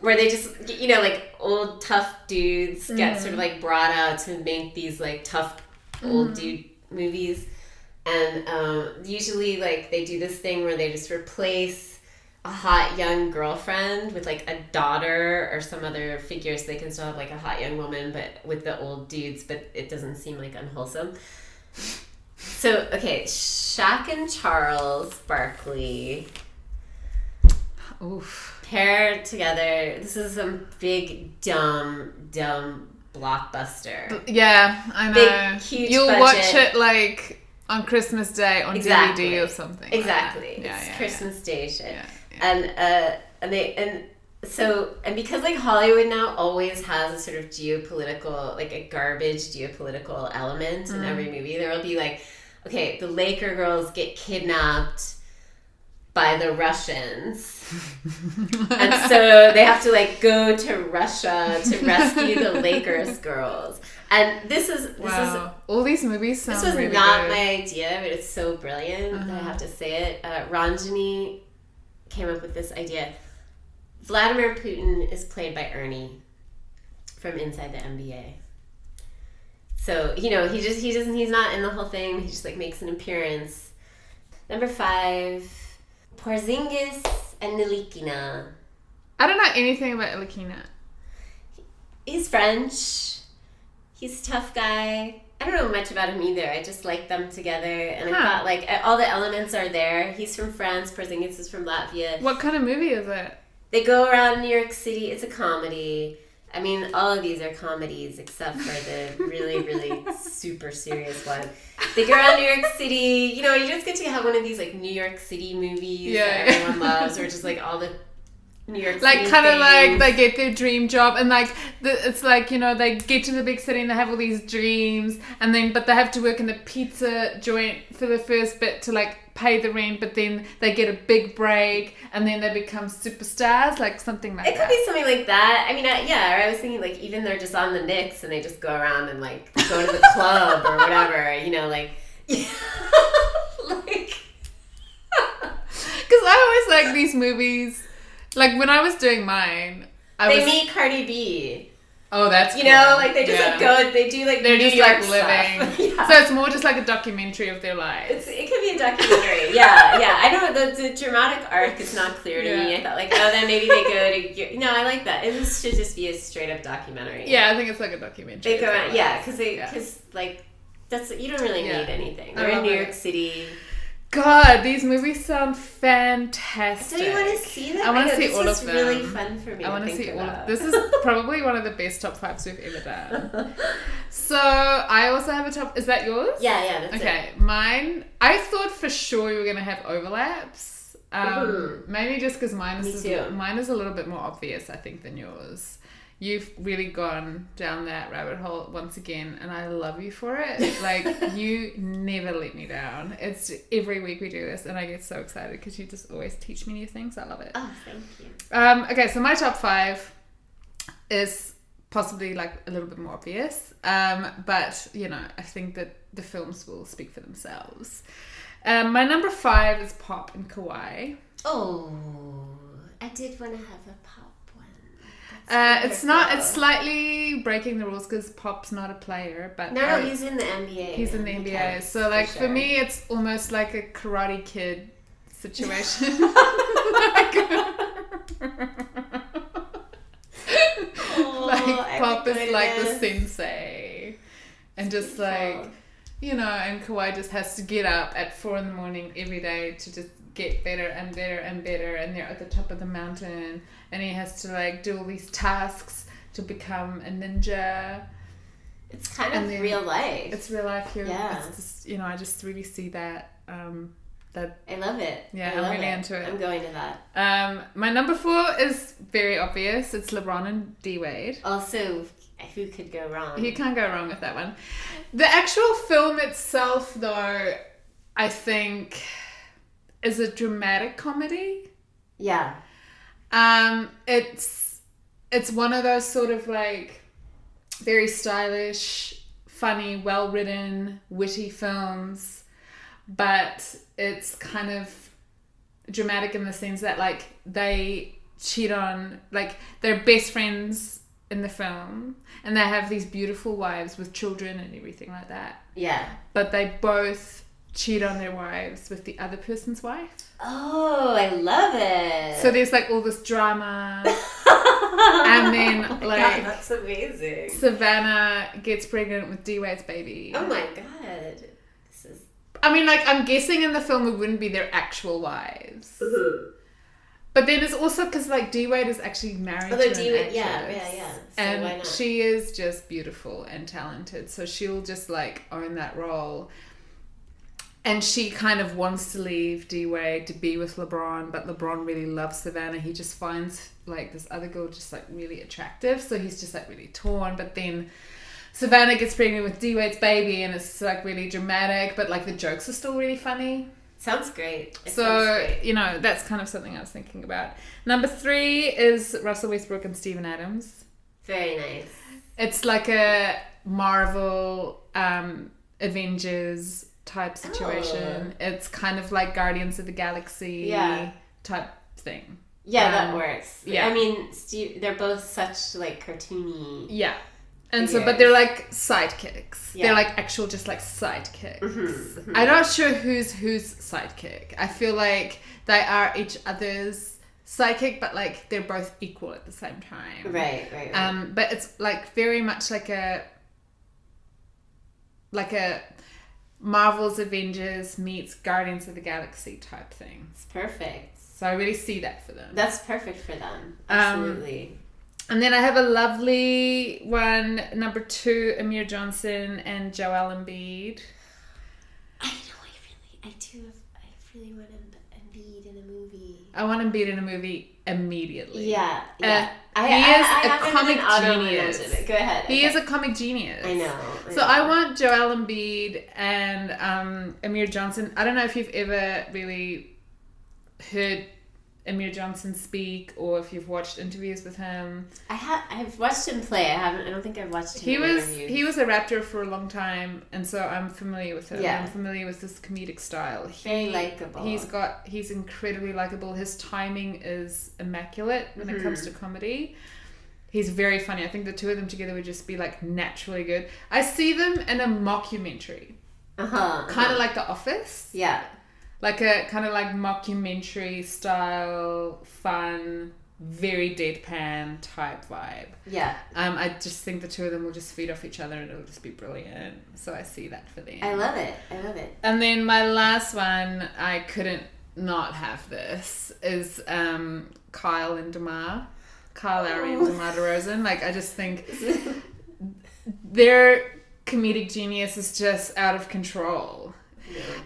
Speaker 3: where they just you know like old tough dudes get sort of like brought out to make these like tough old dude movies, and um, usually like they do this thing where they just replace a hot young girlfriend with like a daughter or some other figure so they can still have like a hot young woman but with the old dudes but it doesn't seem like unwholesome so okay Shaq and Charles Barkley
Speaker 2: Oof.
Speaker 3: paired together this is some big dumb dumb blockbuster
Speaker 2: Yeah, I
Speaker 3: Big,
Speaker 2: know.
Speaker 3: huge
Speaker 2: You'll
Speaker 3: budget.
Speaker 2: watch it like on Christmas Day on
Speaker 3: Exactly.
Speaker 2: DVD or something. like that.
Speaker 3: exactly
Speaker 2: Yeah,
Speaker 3: it's
Speaker 2: yeah,
Speaker 3: Christmas Day shit
Speaker 2: Yeah. yeah.
Speaker 3: and uh, and they and so and because like Hollywood now always has a sort of geopolitical like a garbage geopolitical element in every
Speaker 2: Mm.
Speaker 3: movie. There will be like, okay, the Laker girls get kidnapped by the Russians, and so they have to like go to Russia to rescue the Lakers girls. And this is this is
Speaker 2: wow. All these movies sound
Speaker 3: this was
Speaker 2: really
Speaker 3: not
Speaker 2: good. Uh-huh.
Speaker 3: my idea, but it's so brilliant. that I have to say it. Uh, Ranjani came up with this idea. Vladimir Putin is played by Ernie from Inside the NBA. So you know he just he doesn't he's not in the whole thing. He just like makes an appearance. Number five, Porzingis and Nilikina.
Speaker 2: I don't know anything about Lakina.
Speaker 3: He's French. He's a tough guy. I don't know much about him either. I just like them together, and I
Speaker 2: Huh.
Speaker 3: thought like all the elements are there. He's from France. Porzingis is from Latvia.
Speaker 2: What kind of movie is it?
Speaker 3: They go around New York City. It's a comedy. I mean, all of these are comedies except for the really, really super serious one. They go around New York City. You know, you just get to have one of these like New York City movies
Speaker 2: Yeah.
Speaker 3: that everyone loves, or just like all the New York
Speaker 2: like
Speaker 3: City
Speaker 2: kind of like
Speaker 3: things.
Speaker 2: they get their dream job and like the, it's like you know they get to the big city and they have all these dreams and then but they have to work in a pizza joint for the first bit to like pay the rent but then they get a big break and then they become superstars like something like
Speaker 3: It could
Speaker 2: that
Speaker 3: be something like that. I mean, I, yeah, or I was thinking like even they're just on the Knicks and they just go around and like go to the club or whatever, you know, like like
Speaker 2: because i always like these movies like when i was doing mine i
Speaker 3: they
Speaker 2: was
Speaker 3: meet Cardi B,
Speaker 2: oh that's
Speaker 3: you
Speaker 2: cool.
Speaker 3: know, like they just
Speaker 2: Yeah.
Speaker 3: like go, they do like
Speaker 2: they're
Speaker 3: New
Speaker 2: just
Speaker 3: York
Speaker 2: like living
Speaker 3: stuff. yeah.
Speaker 2: so it's more just like a documentary of their
Speaker 3: It's,
Speaker 2: lives
Speaker 3: it could be a documentary. yeah, yeah. I know the, the dramatic arc is not clear to me.
Speaker 2: Yeah.
Speaker 3: I thought like, oh, then maybe they go to. No, I like that. It just- should just be a straight up documentary.
Speaker 2: yeah i think it's like a documentary
Speaker 3: They
Speaker 2: of
Speaker 3: go
Speaker 2: their
Speaker 3: out,
Speaker 2: lives.
Speaker 3: yeah, because they,
Speaker 2: Yeah.
Speaker 3: because like, that's you don't really need
Speaker 2: Yeah.
Speaker 3: anything.
Speaker 2: I
Speaker 3: They're in
Speaker 2: love
Speaker 3: New
Speaker 2: it.
Speaker 3: York City.
Speaker 2: God, these movies sound fantastic.
Speaker 3: So you want to see them?
Speaker 2: I wanna
Speaker 3: know,
Speaker 2: see
Speaker 3: this
Speaker 2: all
Speaker 3: is
Speaker 2: of them.
Speaker 3: Really fun for me.
Speaker 2: I
Speaker 3: want to
Speaker 2: see
Speaker 3: think
Speaker 2: all
Speaker 3: about.
Speaker 2: of this is probably one of the best top fives we've ever done. So I also have a top. Is that yours?
Speaker 3: yeah, yeah. That's It.
Speaker 2: Okay, mine. I thought for sure you were gonna have overlaps. Um,
Speaker 3: Ooh.
Speaker 2: maybe just because mine
Speaker 3: Mm-hmm. Me
Speaker 2: is
Speaker 3: too.
Speaker 2: mine is a little bit more obvious, I think, than yours. You've really gone down that rabbit hole once again, and I love you for it. Like you never let me down. It's every week we do this, and I get so excited because you just always teach me new things. I love it.
Speaker 3: Oh, thank you.
Speaker 2: Um, okay, so my top five is possibly like a little bit more obvious, um, but you know, I think that the films will speak for themselves. Um, my number five is Pop and Kawaii.
Speaker 3: Oh, I did want to have a pop one.
Speaker 2: Uh, it's not. It's
Speaker 3: wonderful.
Speaker 2: slightly breaking the rules because Pop's not a player, but
Speaker 3: No,
Speaker 2: I-
Speaker 3: no, he's in the NBA.
Speaker 2: he's in the
Speaker 3: He
Speaker 2: NBA.
Speaker 3: counts,
Speaker 2: So like for,
Speaker 3: sure.
Speaker 2: me, it's almost like a Karate Kid situation. Like-
Speaker 3: Oh, I
Speaker 2: like pop
Speaker 3: would go
Speaker 2: is
Speaker 3: to
Speaker 2: like the
Speaker 3: this.
Speaker 2: sensei and just like
Speaker 3: Beautiful.
Speaker 2: you know and Kawhi just has to get up at four in the morning every day to just get better and better and better and they're at the top of the mountain and he has to like do all these tasks to become a ninja
Speaker 3: It's kind
Speaker 2: and
Speaker 3: of
Speaker 2: then-
Speaker 3: real life.
Speaker 2: it's real life here
Speaker 3: Yeah.
Speaker 2: it's just you know I just really see that um that
Speaker 3: I love it.
Speaker 2: Yeah,
Speaker 3: I
Speaker 2: I'm
Speaker 3: love
Speaker 2: really
Speaker 3: it.
Speaker 2: into it.
Speaker 3: I'm going to that.
Speaker 2: um my number four is very obvious it's LeBron and D Wade
Speaker 3: Also, who could go wrong?
Speaker 2: You can't go wrong with that one. The actual film itself, though, I think is a dramatic comedy.
Speaker 3: yeah.
Speaker 2: Um, it's it's one of those sort of like very stylish, funny, well written, witty films, but it's kind of dramatic in the sense that like they cheat on like they're best friends in the film and they have these beautiful wives with children and everything like that.
Speaker 3: Yeah.
Speaker 2: But they both cheat on their wives with the other person's wife.
Speaker 3: Oh, I love it.
Speaker 2: So there's like all this drama, and then
Speaker 3: Oh God,
Speaker 2: like
Speaker 3: that's amazing.
Speaker 2: Savannah gets pregnant with D Wade's baby.
Speaker 3: Oh my god. This is
Speaker 2: I mean, like I'm guessing in the film it wouldn't be their actual wives, but then it's also because like D Wade is actually married.
Speaker 3: Although
Speaker 2: to
Speaker 3: Oh, D.
Speaker 2: an
Speaker 3: Wade- yeah,
Speaker 2: actress,
Speaker 3: yeah, yeah. So
Speaker 2: and
Speaker 3: why not?
Speaker 2: she is just beautiful and talented, so she'll just like own that role. And she kind of wants to leave D Wade to be with LeBron, but LeBron really loves Savannah. He just finds like this other girl just like really attractive, so he's just like really torn. But then Savannah gets pregnant with D Wade's baby, and it's like really dramatic, but like the jokes are still really funny.
Speaker 3: Sounds great. It sounds
Speaker 2: So,
Speaker 3: great.
Speaker 2: you know, that's kind of something I was thinking about. Number three is Russell Westbrook and Steven Adams.
Speaker 3: very nice.
Speaker 2: It's like a Marvel um, Avengers type situation. It's kind of like Guardians of the Galaxy
Speaker 3: Oh. Yeah.
Speaker 2: type thing.
Speaker 3: Yeah,
Speaker 2: Um,
Speaker 3: that works.
Speaker 2: yeah.
Speaker 3: I mean, Steve, they're both such like cartoony.
Speaker 2: Yeah. And so,
Speaker 3: Yes.
Speaker 2: but they're like sidekicks.
Speaker 3: Yeah. Mm-hmm,
Speaker 2: They're like actual, just like sidekicks. I'm not sure who's whose sidekick. I feel like they are each other's sidekick, but like they're both equal at the same time.
Speaker 3: Right, right, right.
Speaker 2: Um, but it's like very much like a like a Marvel's Avengers meets Guardians of the Galaxy type thing.
Speaker 3: it's perfect.
Speaker 2: So I really see that for them.
Speaker 3: That's perfect for them.
Speaker 2: um,
Speaker 3: Absolutely.
Speaker 2: And then I have a lovely one, number two, Amir Johnson and Joel Embiid.
Speaker 3: I know. I really, I do. Have, I really want to Embiid in a movie.
Speaker 2: I want Embiid in a movie immediately.
Speaker 3: Yeah, yeah. I,
Speaker 2: Uh, he
Speaker 3: I,
Speaker 2: is
Speaker 3: I
Speaker 2: a
Speaker 3: haven't been
Speaker 2: comic
Speaker 3: auto-romantic.
Speaker 2: genius.
Speaker 3: Go ahead.
Speaker 2: He
Speaker 3: okay.
Speaker 2: is a comic genius.
Speaker 3: I know.
Speaker 2: So I want Joel Embiid and um, Amir Johnson. I don't know if you've ever really heard Amir Johnson speak or if you've watched interviews with him.
Speaker 3: I ha- I've watched him play. I haven't. I don't think I've watched him.
Speaker 2: He
Speaker 3: in
Speaker 2: was
Speaker 3: interviews.
Speaker 2: he was a Raptor for a long time, and so I'm familiar with him.
Speaker 3: Yeah.
Speaker 2: I'm familiar with his comedic style. He,
Speaker 3: Very likable.
Speaker 2: He's got he's incredibly likable. His timing is immaculate when it comes to comedy. He's very funny. I think the two of them together would just be like naturally good. I see them in a mockumentary,
Speaker 3: uh huh.
Speaker 2: kind of like The Office,
Speaker 3: yeah.
Speaker 2: like a kind of like mockumentary style, fun, very deadpan type vibe.
Speaker 3: Yeah.
Speaker 2: Um, I just think the two of them will just feed off each other and it'll just be brilliant. So I see that for them.
Speaker 3: I love it. I love it.
Speaker 2: and then my last one, I couldn't not have this, is um, Kyle and Demar. Kyle Lowry and Demar Derozan. Like, I just think their comedic genius is just out of control.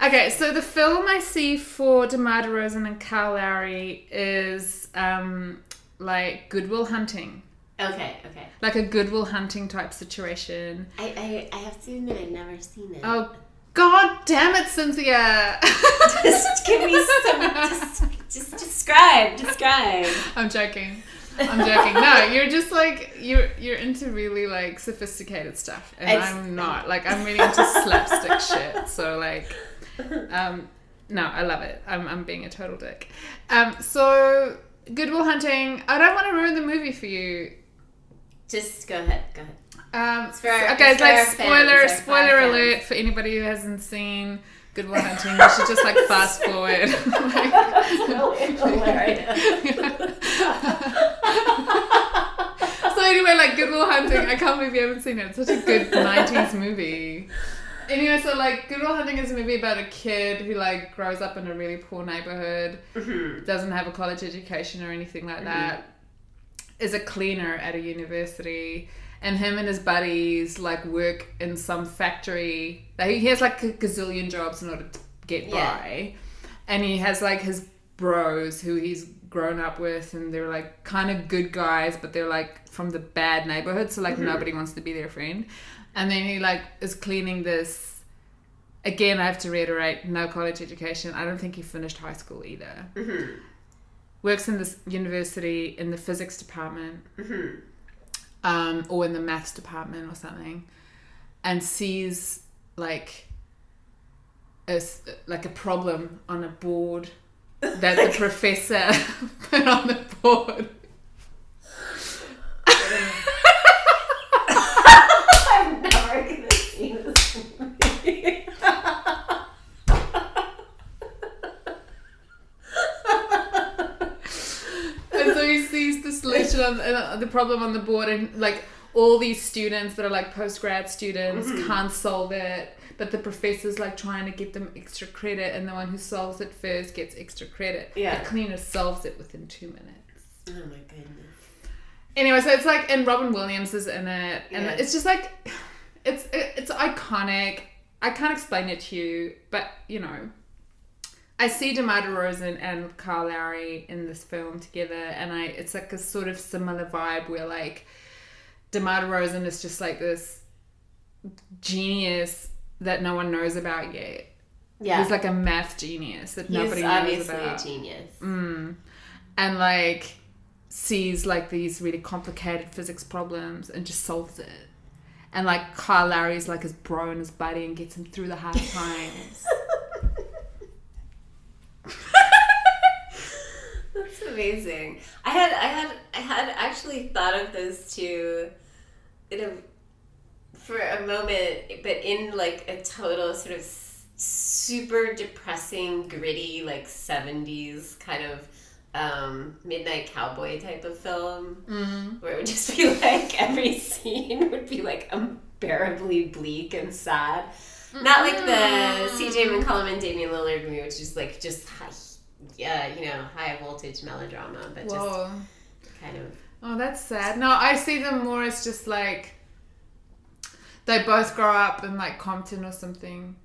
Speaker 2: Okay, so the film I see for Demar Derozan and Kyle Lowry is um, like Goodwill Hunting
Speaker 3: Okay. Okay.
Speaker 2: like a Goodwill Hunting type situation.
Speaker 3: I, I, I have to admit I've never seen it.
Speaker 2: Oh, god damn it, Cynthia!
Speaker 3: just give me some. Just, just describe. Describe.
Speaker 2: I'm joking. I'm joking. No, you're just like you're you're into really like sophisticated stuff, and
Speaker 3: It's-
Speaker 2: I'm not. Like I'm really into slapstick shit. So like, um, no, I love it. I'm I'm being a total dick. Um, so Goodwill Hunting. I don't want to ruin the movie for you.
Speaker 3: Just go ahead. Go ahead.
Speaker 2: Um,
Speaker 3: for-
Speaker 2: so-
Speaker 3: it's
Speaker 2: okay, it's
Speaker 3: for
Speaker 2: like
Speaker 3: our
Speaker 2: spoiler
Speaker 3: fans, our
Speaker 2: spoiler
Speaker 3: fans.
Speaker 2: alert for anybody who hasn't seen Good Will Hunting. You should just like fast forward. so anyway, like Good Will Hunting, I can't believe you haven't seen it. It's such a good '90s movie. Anyway, so like Good Will Hunting is a movie about a kid who like grows up in a really poor neighborhood,
Speaker 3: Oh
Speaker 2: doesn't have a college education or anything like that, is a cleaner at a university, and him and his buddies like work in some factory. Like, he has like a gazillion jobs in order to get
Speaker 3: Yeah.
Speaker 2: by, and he has like his bros who he's grown up with, and they're like kind of good guys, but they're like from the bad neighborhood, so like nobody wants to be their friend. And then he like is cleaning this again, I have to reiterate no college education. I don't think he finished high school either. Works in this university in the physics department. um, or in the maths department or something, and sees like a s- like a problem on a board that the professor put on the board.
Speaker 3: I'm never gonna see this movie.
Speaker 2: and so he sees the solution on uh, the problem on the board and like all these students that are like post grad students can't solve it but the professor's like trying to give them extra credit and the one who solves it first gets extra credit
Speaker 3: Yeah.
Speaker 2: the cleaner solves it within two minutes
Speaker 3: oh my goodness.
Speaker 2: anyway so it's like and robin williams is in it and
Speaker 3: Yeah.
Speaker 2: it's just like it's it's iconic i can't explain it to you but you know I see DeMar DeRozan and Carl Lowry in this film together, and I it's like a sort of similar vibe where like DeMar DeRozan is just like this genius that no one knows about yet.
Speaker 3: Yeah.
Speaker 2: He's like a math genius that
Speaker 3: He's
Speaker 2: nobody knows
Speaker 3: obviously a
Speaker 2: about,
Speaker 3: genius.
Speaker 2: and like sees like these really complicated physics problems and just solves it. And like Carl Lowry is like his bro and his buddy and gets him through the hard times.
Speaker 3: That's amazing. I had I had I had actually thought of those two in a for a moment, but in like a total sort of s- super depressing, gritty, like seventies kind of um, midnight cowboy type of film,
Speaker 2: Mm.
Speaker 3: where it would just be like every scene would be like unbearably bleak and sad. Not like the CJ
Speaker 2: Mm-hmm.
Speaker 3: McCollum and Damian Lillard movie, which is like just high, yeah, you know, high voltage melodrama, but
Speaker 2: Whoa.
Speaker 3: just kind of
Speaker 2: Oh, that's sad. No, I see them more as just like they both grow up in like Compton or something,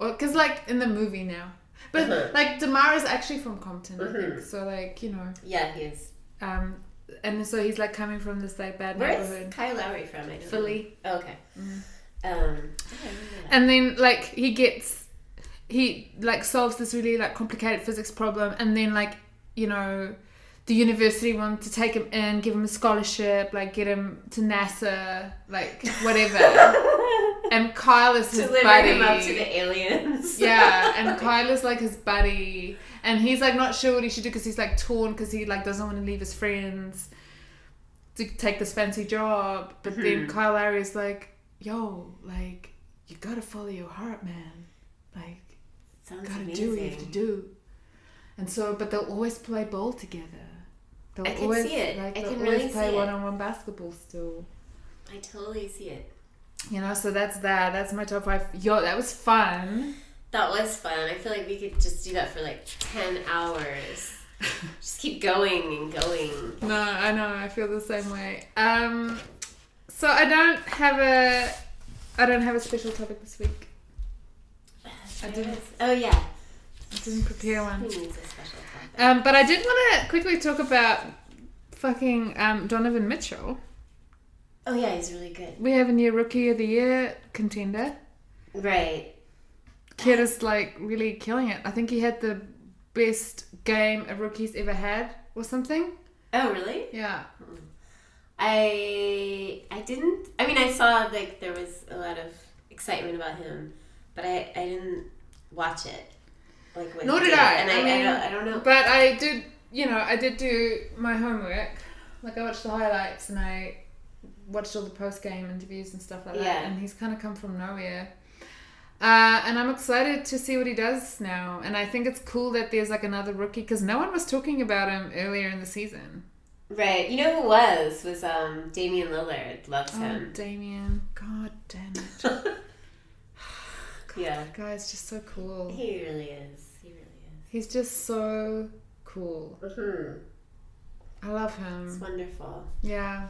Speaker 2: or because like in the movie now. But
Speaker 3: Mhm.
Speaker 2: like Damar is actually from Compton, I think.
Speaker 3: Mhm.
Speaker 2: so like you know,
Speaker 3: yeah, he is.
Speaker 2: um, and so he's like coming from this like bad
Speaker 3: Where
Speaker 2: neighborhood,
Speaker 3: is Kyle Lowry from? I don't know.
Speaker 2: Philly, Mm-hmm.
Speaker 3: Oh, okay. Um, I don't know that.
Speaker 2: and then like he gets he like solves this really like complicated physics problem, and then like you know. The university wanted to take him in, give him a scholarship, like get him to NASA, like whatever. and Kyle is his
Speaker 3: Deliver
Speaker 2: buddy.
Speaker 3: him up to the aliens.
Speaker 2: yeah, and Kyle is like his buddy, and he's like not sure what he should do because he's like torn because he like doesn't want to leave his friends to take this fancy job, but
Speaker 3: Mm-hmm.
Speaker 2: then Kyle Larry is like, "Yo, like you gotta follow your heart, man. Like
Speaker 3: Sounds
Speaker 2: you gotta
Speaker 3: amazing.
Speaker 2: do what you have to do." And so, but they'll always play ball together. They'll
Speaker 3: I can
Speaker 2: always,
Speaker 3: see it.
Speaker 2: Like,
Speaker 3: I
Speaker 2: they'll
Speaker 3: can
Speaker 2: always
Speaker 3: really
Speaker 2: play
Speaker 3: see it.
Speaker 2: one-on-one basketball still.
Speaker 3: I totally see it.
Speaker 2: You know, so that's that. That's my top five. Yo, that was fun.
Speaker 3: That was fun. I feel like we could just do that for like ten hours. just keep going and going.
Speaker 2: No, I know. I feel the same way. Um, so I don't have a, I don't have a special topic this week. I didn't.
Speaker 3: Oh yeah.
Speaker 2: I didn't prepare
Speaker 3: Who
Speaker 2: one.
Speaker 3: needs a special topic?
Speaker 2: Um, but I did want to quickly talk about fucking um, Donovan Mitchell.
Speaker 3: Oh yeah, he's really good.
Speaker 2: We have a new Rookie of the Year contender.
Speaker 3: Right.
Speaker 2: Kid is like really killing it. I think he had the best game a rookie's ever had, or something.
Speaker 3: Oh really?
Speaker 2: Yeah.
Speaker 3: I I didn't. I mean, I saw like there was a lot of excitement about him, but I I didn't watch it. Like what
Speaker 2: Nor
Speaker 3: he
Speaker 2: did I.
Speaker 3: And
Speaker 2: I
Speaker 3: I, I,
Speaker 2: mean-
Speaker 3: don't, I don't know.
Speaker 2: But I did, you know, I did do my homework. Like I watched the highlights and I watched all the post game interviews and stuff like that.
Speaker 3: Yeah.
Speaker 2: And he's kind of come from nowhere. Uh, and I'm excited to see what he does now. And I think it's cool that there's like another rookie because no one was talking about him earlier in the season.
Speaker 3: Right. You know who was was um Damian Lillard. Loves
Speaker 2: Oh,
Speaker 3: him.
Speaker 2: Damien. God damn it.
Speaker 3: yeah.
Speaker 2: That guy's just so cool.
Speaker 3: He really is. He really
Speaker 2: He's just so cool.
Speaker 3: is.
Speaker 2: Mm-hmm.
Speaker 3: hmm
Speaker 2: I love him.
Speaker 3: It's wonderful.
Speaker 2: Yeah.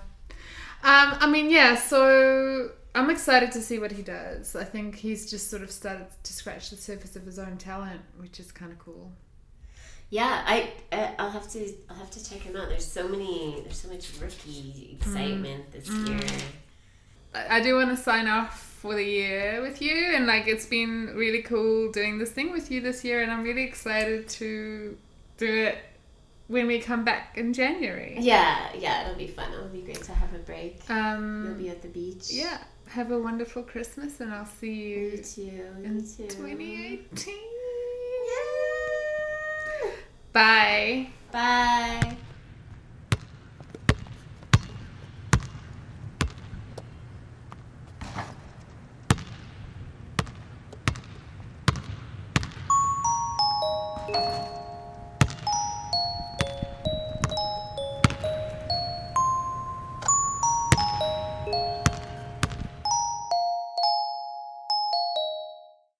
Speaker 2: Um, I mean, yeah, so I'm excited to see what he does. I think he's just sort of started to scratch the surface of his own talent, which is kind of cool.
Speaker 3: Yeah, I, I I'll have to I'll have to check him out. There's so many there's so much
Speaker 2: Mm.
Speaker 3: rookie excitement this year.
Speaker 2: I, I do want to sign off for the year with you, and like it's been really cool doing this thing with you this year, and I'm really excited to do it when we come back in January.
Speaker 3: Yeah, yeah, it'll be fun. It'll be great to have a break. You'll
Speaker 2: Um,
Speaker 3: be at the beach.
Speaker 2: yeah. Have a wonderful Christmas, and I'll see
Speaker 3: You
Speaker 2: you
Speaker 3: too.
Speaker 2: in
Speaker 3: You too.
Speaker 2: 2018.
Speaker 3: Yeah.
Speaker 2: Bye.
Speaker 3: Bye.